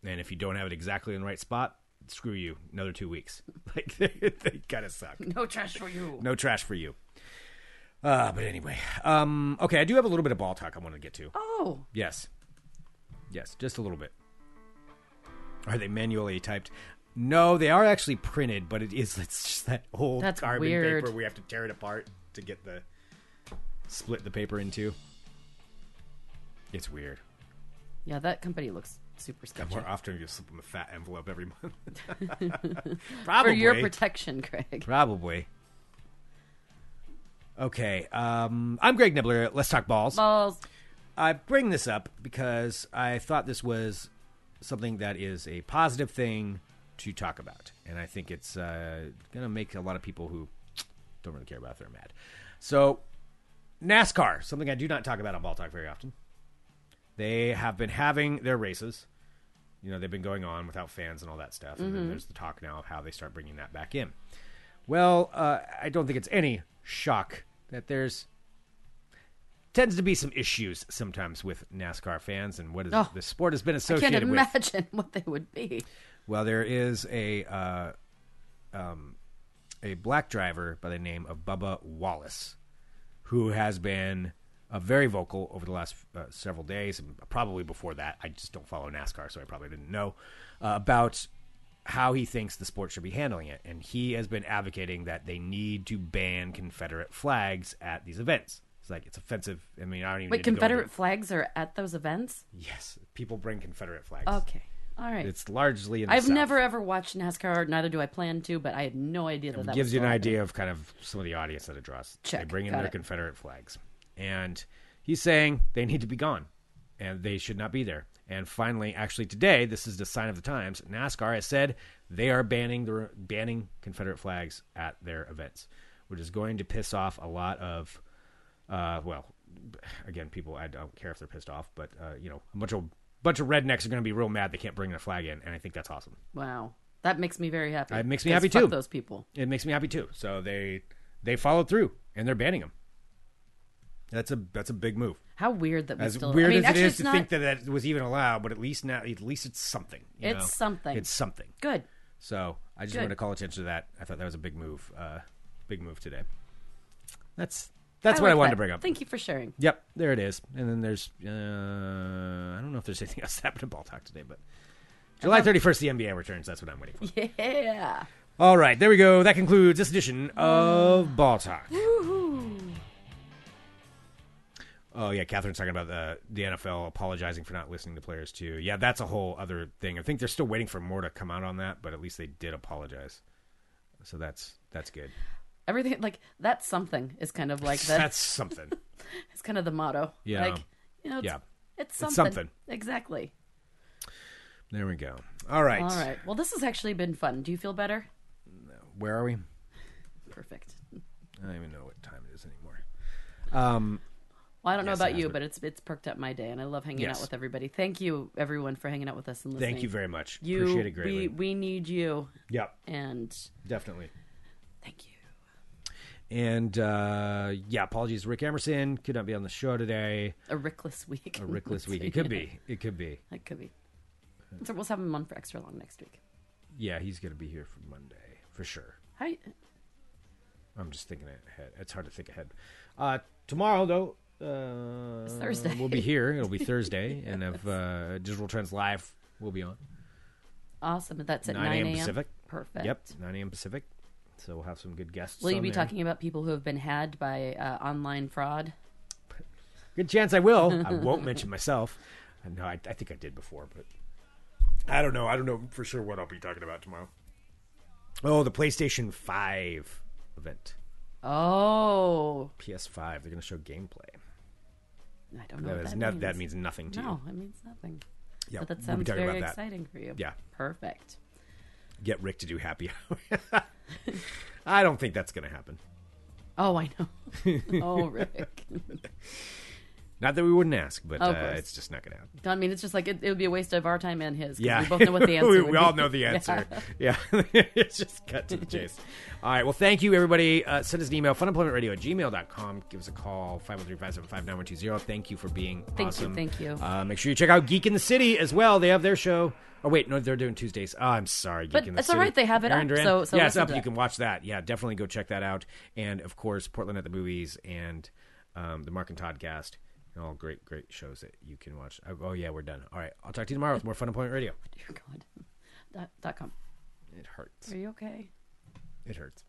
Speaker 1: And if you don't have it exactly in the right spot, screw you. Another two weeks. (laughs) Like they, they kind of suck.
Speaker 2: (laughs) No trash for you.
Speaker 1: No trash for you. Uh, but anyway, um, okay, I do have a little bit of ball talk I want to get to.
Speaker 2: Oh,
Speaker 1: Yes. Yes, just a little bit. Are they manually typed? No, they are actually printed, but it is it's just that old
Speaker 2: That's
Speaker 1: carbon
Speaker 2: weird.
Speaker 1: paper. We have to tear it apart to get the split the paper into. It's weird.
Speaker 2: yeah, that company looks super sketchy.
Speaker 1: More often, you slip them a fat envelope every month. Probably
Speaker 2: (laughs) For your
Speaker 1: (laughs)
Speaker 2: protection, Craig. (laughs)
Speaker 1: Probably. Okay, um, I'm Greg Nibbler. Let's talk balls.
Speaker 2: Balls.
Speaker 1: I bring this up because I thought this was something that is a positive thing to talk about, and I think it's uh, going to make a lot of people who don't really care about their mad. So, NASCAR, something I do not talk about on Ball Talk very often. They have been having their races. You know, they've been going on without fans and all that stuff. And
Speaker 2: Mm-hmm.
Speaker 1: then there's the talk now of how they start bringing that back in. Well, uh, I don't think it's any shock that there's tends to be some issues sometimes with NASCAR fans and what is
Speaker 2: Oh.
Speaker 1: the sport has been
Speaker 2: I can't
Speaker 1: associated with.
Speaker 2: imagine (laughs) what they would be.
Speaker 1: Well, there is a uh, um, a black driver by the name of Bubba Wallace, who has been uh, very vocal over the last uh, several days, and probably before that. I just don't follow NASCAR, so I probably didn't know uh, about how he thinks the sport should be handling it. And he has been advocating that they need to ban Confederate flags at these events. It's like it's offensive. I mean, I don't even
Speaker 2: Wait,
Speaker 1: need to go into-
Speaker 2: Confederate flags are at those events?
Speaker 1: Yes, people bring Confederate flags.
Speaker 2: Okay. All right.
Speaker 1: It's largely in the
Speaker 2: Oh, I've
Speaker 1: South.
Speaker 2: never ever watched NASCAR, neither do I plan to, but I had no idea that that
Speaker 1: gives
Speaker 2: was
Speaker 1: you an
Speaker 2: going-
Speaker 1: idea of kind of some of the audience that it draws. They
Speaker 2: Check.
Speaker 1: bring in
Speaker 2: Got
Speaker 1: their
Speaker 2: it.
Speaker 1: Confederate flags, and he's saying they need to be gone, and they should not be there. And finally, actually today, this is the sign of the times. NASCAR has said they are banning the banning Confederate flags at their events, which is going to piss off a lot of, uh, well, again, people. I don't care if they're pissed off, but uh, you know, a bunch of bunch of rednecks are going to be real mad they can't bring their flag in, and I think that's awesome.
Speaker 2: Wow. That makes me very happy.
Speaker 1: It makes me
Speaker 2: 'Cause
Speaker 1: happy,
Speaker 2: fuck
Speaker 1: too.
Speaker 2: those people.
Speaker 1: it makes me happy too. So they they followed through and they're banning them. That's a that's a big move.
Speaker 2: How weird that we
Speaker 1: As
Speaker 2: still
Speaker 1: weird
Speaker 2: I mean,
Speaker 1: as
Speaker 2: actually,
Speaker 1: it is
Speaker 2: it's
Speaker 1: to
Speaker 2: not
Speaker 1: think that that was even allowed, but at least now at least it's something. you
Speaker 2: It's
Speaker 1: know?
Speaker 2: something.
Speaker 1: It's something.
Speaker 2: good.
Speaker 1: So I just
Speaker 2: Good.
Speaker 1: wanted to call attention to that. I thought that was a big move. Uh, big move today. That's that's what I
Speaker 2: like
Speaker 1: wanted
Speaker 2: that.
Speaker 1: to bring up.
Speaker 2: Thank you for sharing. (laughs)
Speaker 1: Yep, there it is. And then there's uh, I don't know if there's (laughs) anything else that happened in ball talk today, but July 31st, the NBA returns. That's what I'm waiting for.
Speaker 2: Yeah.
Speaker 1: All right, there we go. That concludes this edition of Ball Talk. Oh yeah, Catherine's talking about the the NFL apologizing for not listening to players too. Yeah, that's a whole other thing. I think they're still waiting for more to come out on that, but at least they did apologize. So that's that's good.
Speaker 2: Everything like that's something is
Speaker 1: (laughs)
Speaker 2: kind of like that.
Speaker 1: That's
Speaker 2: (laughs)
Speaker 1: something.
Speaker 2: It's kind of the motto.
Speaker 1: Yeah.
Speaker 2: Like you know, it's,
Speaker 1: Yeah.
Speaker 2: it's
Speaker 1: It's
Speaker 2: something.
Speaker 1: something.
Speaker 2: Exactly.
Speaker 1: There we go. All right.
Speaker 2: All right. Well, this has actually been fun. Do you feel better?
Speaker 1: Where are we?
Speaker 2: Perfect.
Speaker 1: I don't even know what time it is anymore.
Speaker 2: Well, I don't
Speaker 1: Yes,
Speaker 2: know
Speaker 1: it
Speaker 2: about
Speaker 1: has
Speaker 2: you,
Speaker 1: been.
Speaker 2: but it's it's perked up my day, and I love hanging
Speaker 1: Yes.
Speaker 2: out with everybody. Thank you, everyone, for hanging out with us and listening.
Speaker 1: Thank you very much.
Speaker 2: You,
Speaker 1: Appreciate it greatly.
Speaker 2: We we need you,
Speaker 1: yep,
Speaker 2: and
Speaker 1: definitely.
Speaker 2: thank you.
Speaker 1: And uh, yeah, apologies, Rick Emerson could not be on the show today.
Speaker 2: A rickless week. (laughs)
Speaker 1: a Rickless week. It could be. It could be.
Speaker 2: It could be. So we'll have him on for extra long next week.
Speaker 1: Yeah, he's gonna be here for Monday for sure.
Speaker 2: Hi.
Speaker 1: I'm just thinking ahead. It's hard to think ahead. Uh, tomorrow though, uh,
Speaker 2: Thursday.
Speaker 1: We'll be here.
Speaker 2: (laughs)
Speaker 1: It'll be Thursday, and if uh, Digital Trends Live will be on.
Speaker 2: Awesome. That's at
Speaker 1: 9
Speaker 2: 9,
Speaker 1: a.m.
Speaker 2: a.m.
Speaker 1: Pacific.
Speaker 2: Perfect.
Speaker 1: Yep, 9 a.m. Pacific. So we'll have some good guests.
Speaker 2: Will you
Speaker 1: on
Speaker 2: be
Speaker 1: there.
Speaker 2: talking about people who have been had by uh, online fraud?
Speaker 1: Good chance I will.
Speaker 2: (laughs)
Speaker 1: I won't mention myself. I know. I, I think I did before, but I don't know. I don't know for sure what I'll be talking about tomorrow. Oh, the PlayStation Five event,
Speaker 2: Oh,
Speaker 1: PS Five. They're going to show gameplay.
Speaker 2: I don't know.
Speaker 1: That,
Speaker 2: what
Speaker 1: is,
Speaker 2: Oh, that,
Speaker 1: no-
Speaker 2: means.
Speaker 1: that means nothing to
Speaker 2: no.
Speaker 1: you.
Speaker 2: It means nothing.
Speaker 1: Yeah,
Speaker 2: But that
Speaker 1: we'll be
Speaker 2: sounds
Speaker 1: talking
Speaker 2: very
Speaker 1: about that.
Speaker 2: exciting for you.
Speaker 1: Yeah.
Speaker 2: Perfect.
Speaker 1: Get Rick to do happy
Speaker 2: (laughs)
Speaker 1: hour. (laughs) I don't think that's going to happen.
Speaker 2: Oh, I
Speaker 1: (laughs)
Speaker 2: know. oh, Rick.
Speaker 1: Not that we wouldn't ask, but
Speaker 2: Oh, Of
Speaker 1: uh,
Speaker 2: course.
Speaker 1: it's just not going to happen.
Speaker 2: I mean, it's just like it, it would be a waste of our time and his. 'cause
Speaker 1: Yeah,
Speaker 2: We both know what the answer
Speaker 1: (laughs) we,
Speaker 2: would
Speaker 1: we all
Speaker 2: be.
Speaker 1: know the
Speaker 2: (laughs) Yeah.
Speaker 1: answer. Yeah, (laughs) it's just cut to the chase. All right. Well, thank you, everybody. Uh, send us an email, funemploymentradio at gmail.com. Give us a call, 503 575 9120. Thank you for being
Speaker 2: you,
Speaker 1: awesome.
Speaker 2: thank you.
Speaker 1: Uh, make sure you check out Geek in the City as well. They have their show. Oh, wait. No, they're doing Tuesdays. Oh, I'm sorry. Geek
Speaker 2: But
Speaker 1: in the
Speaker 2: that's all
Speaker 1: City.
Speaker 2: right, they have it
Speaker 1: Aaron
Speaker 2: up,
Speaker 1: Duran.
Speaker 2: so- so
Speaker 1: yeah, it's
Speaker 2: listen
Speaker 1: up.
Speaker 2: to
Speaker 1: You
Speaker 2: that.
Speaker 1: can watch that. Yeah, definitely go check that out. And, of course, Portland at the Movies and um, the Mark and Todd cast. and All great, great shows that you can watch. Oh, Oh, yeah, we're done. All right. I'll talk to you tomorrow with more Fun Employment Radio.
Speaker 2: Dear God. Dot, dot com.
Speaker 1: It hurts.
Speaker 2: Are you okay?
Speaker 1: It hurts.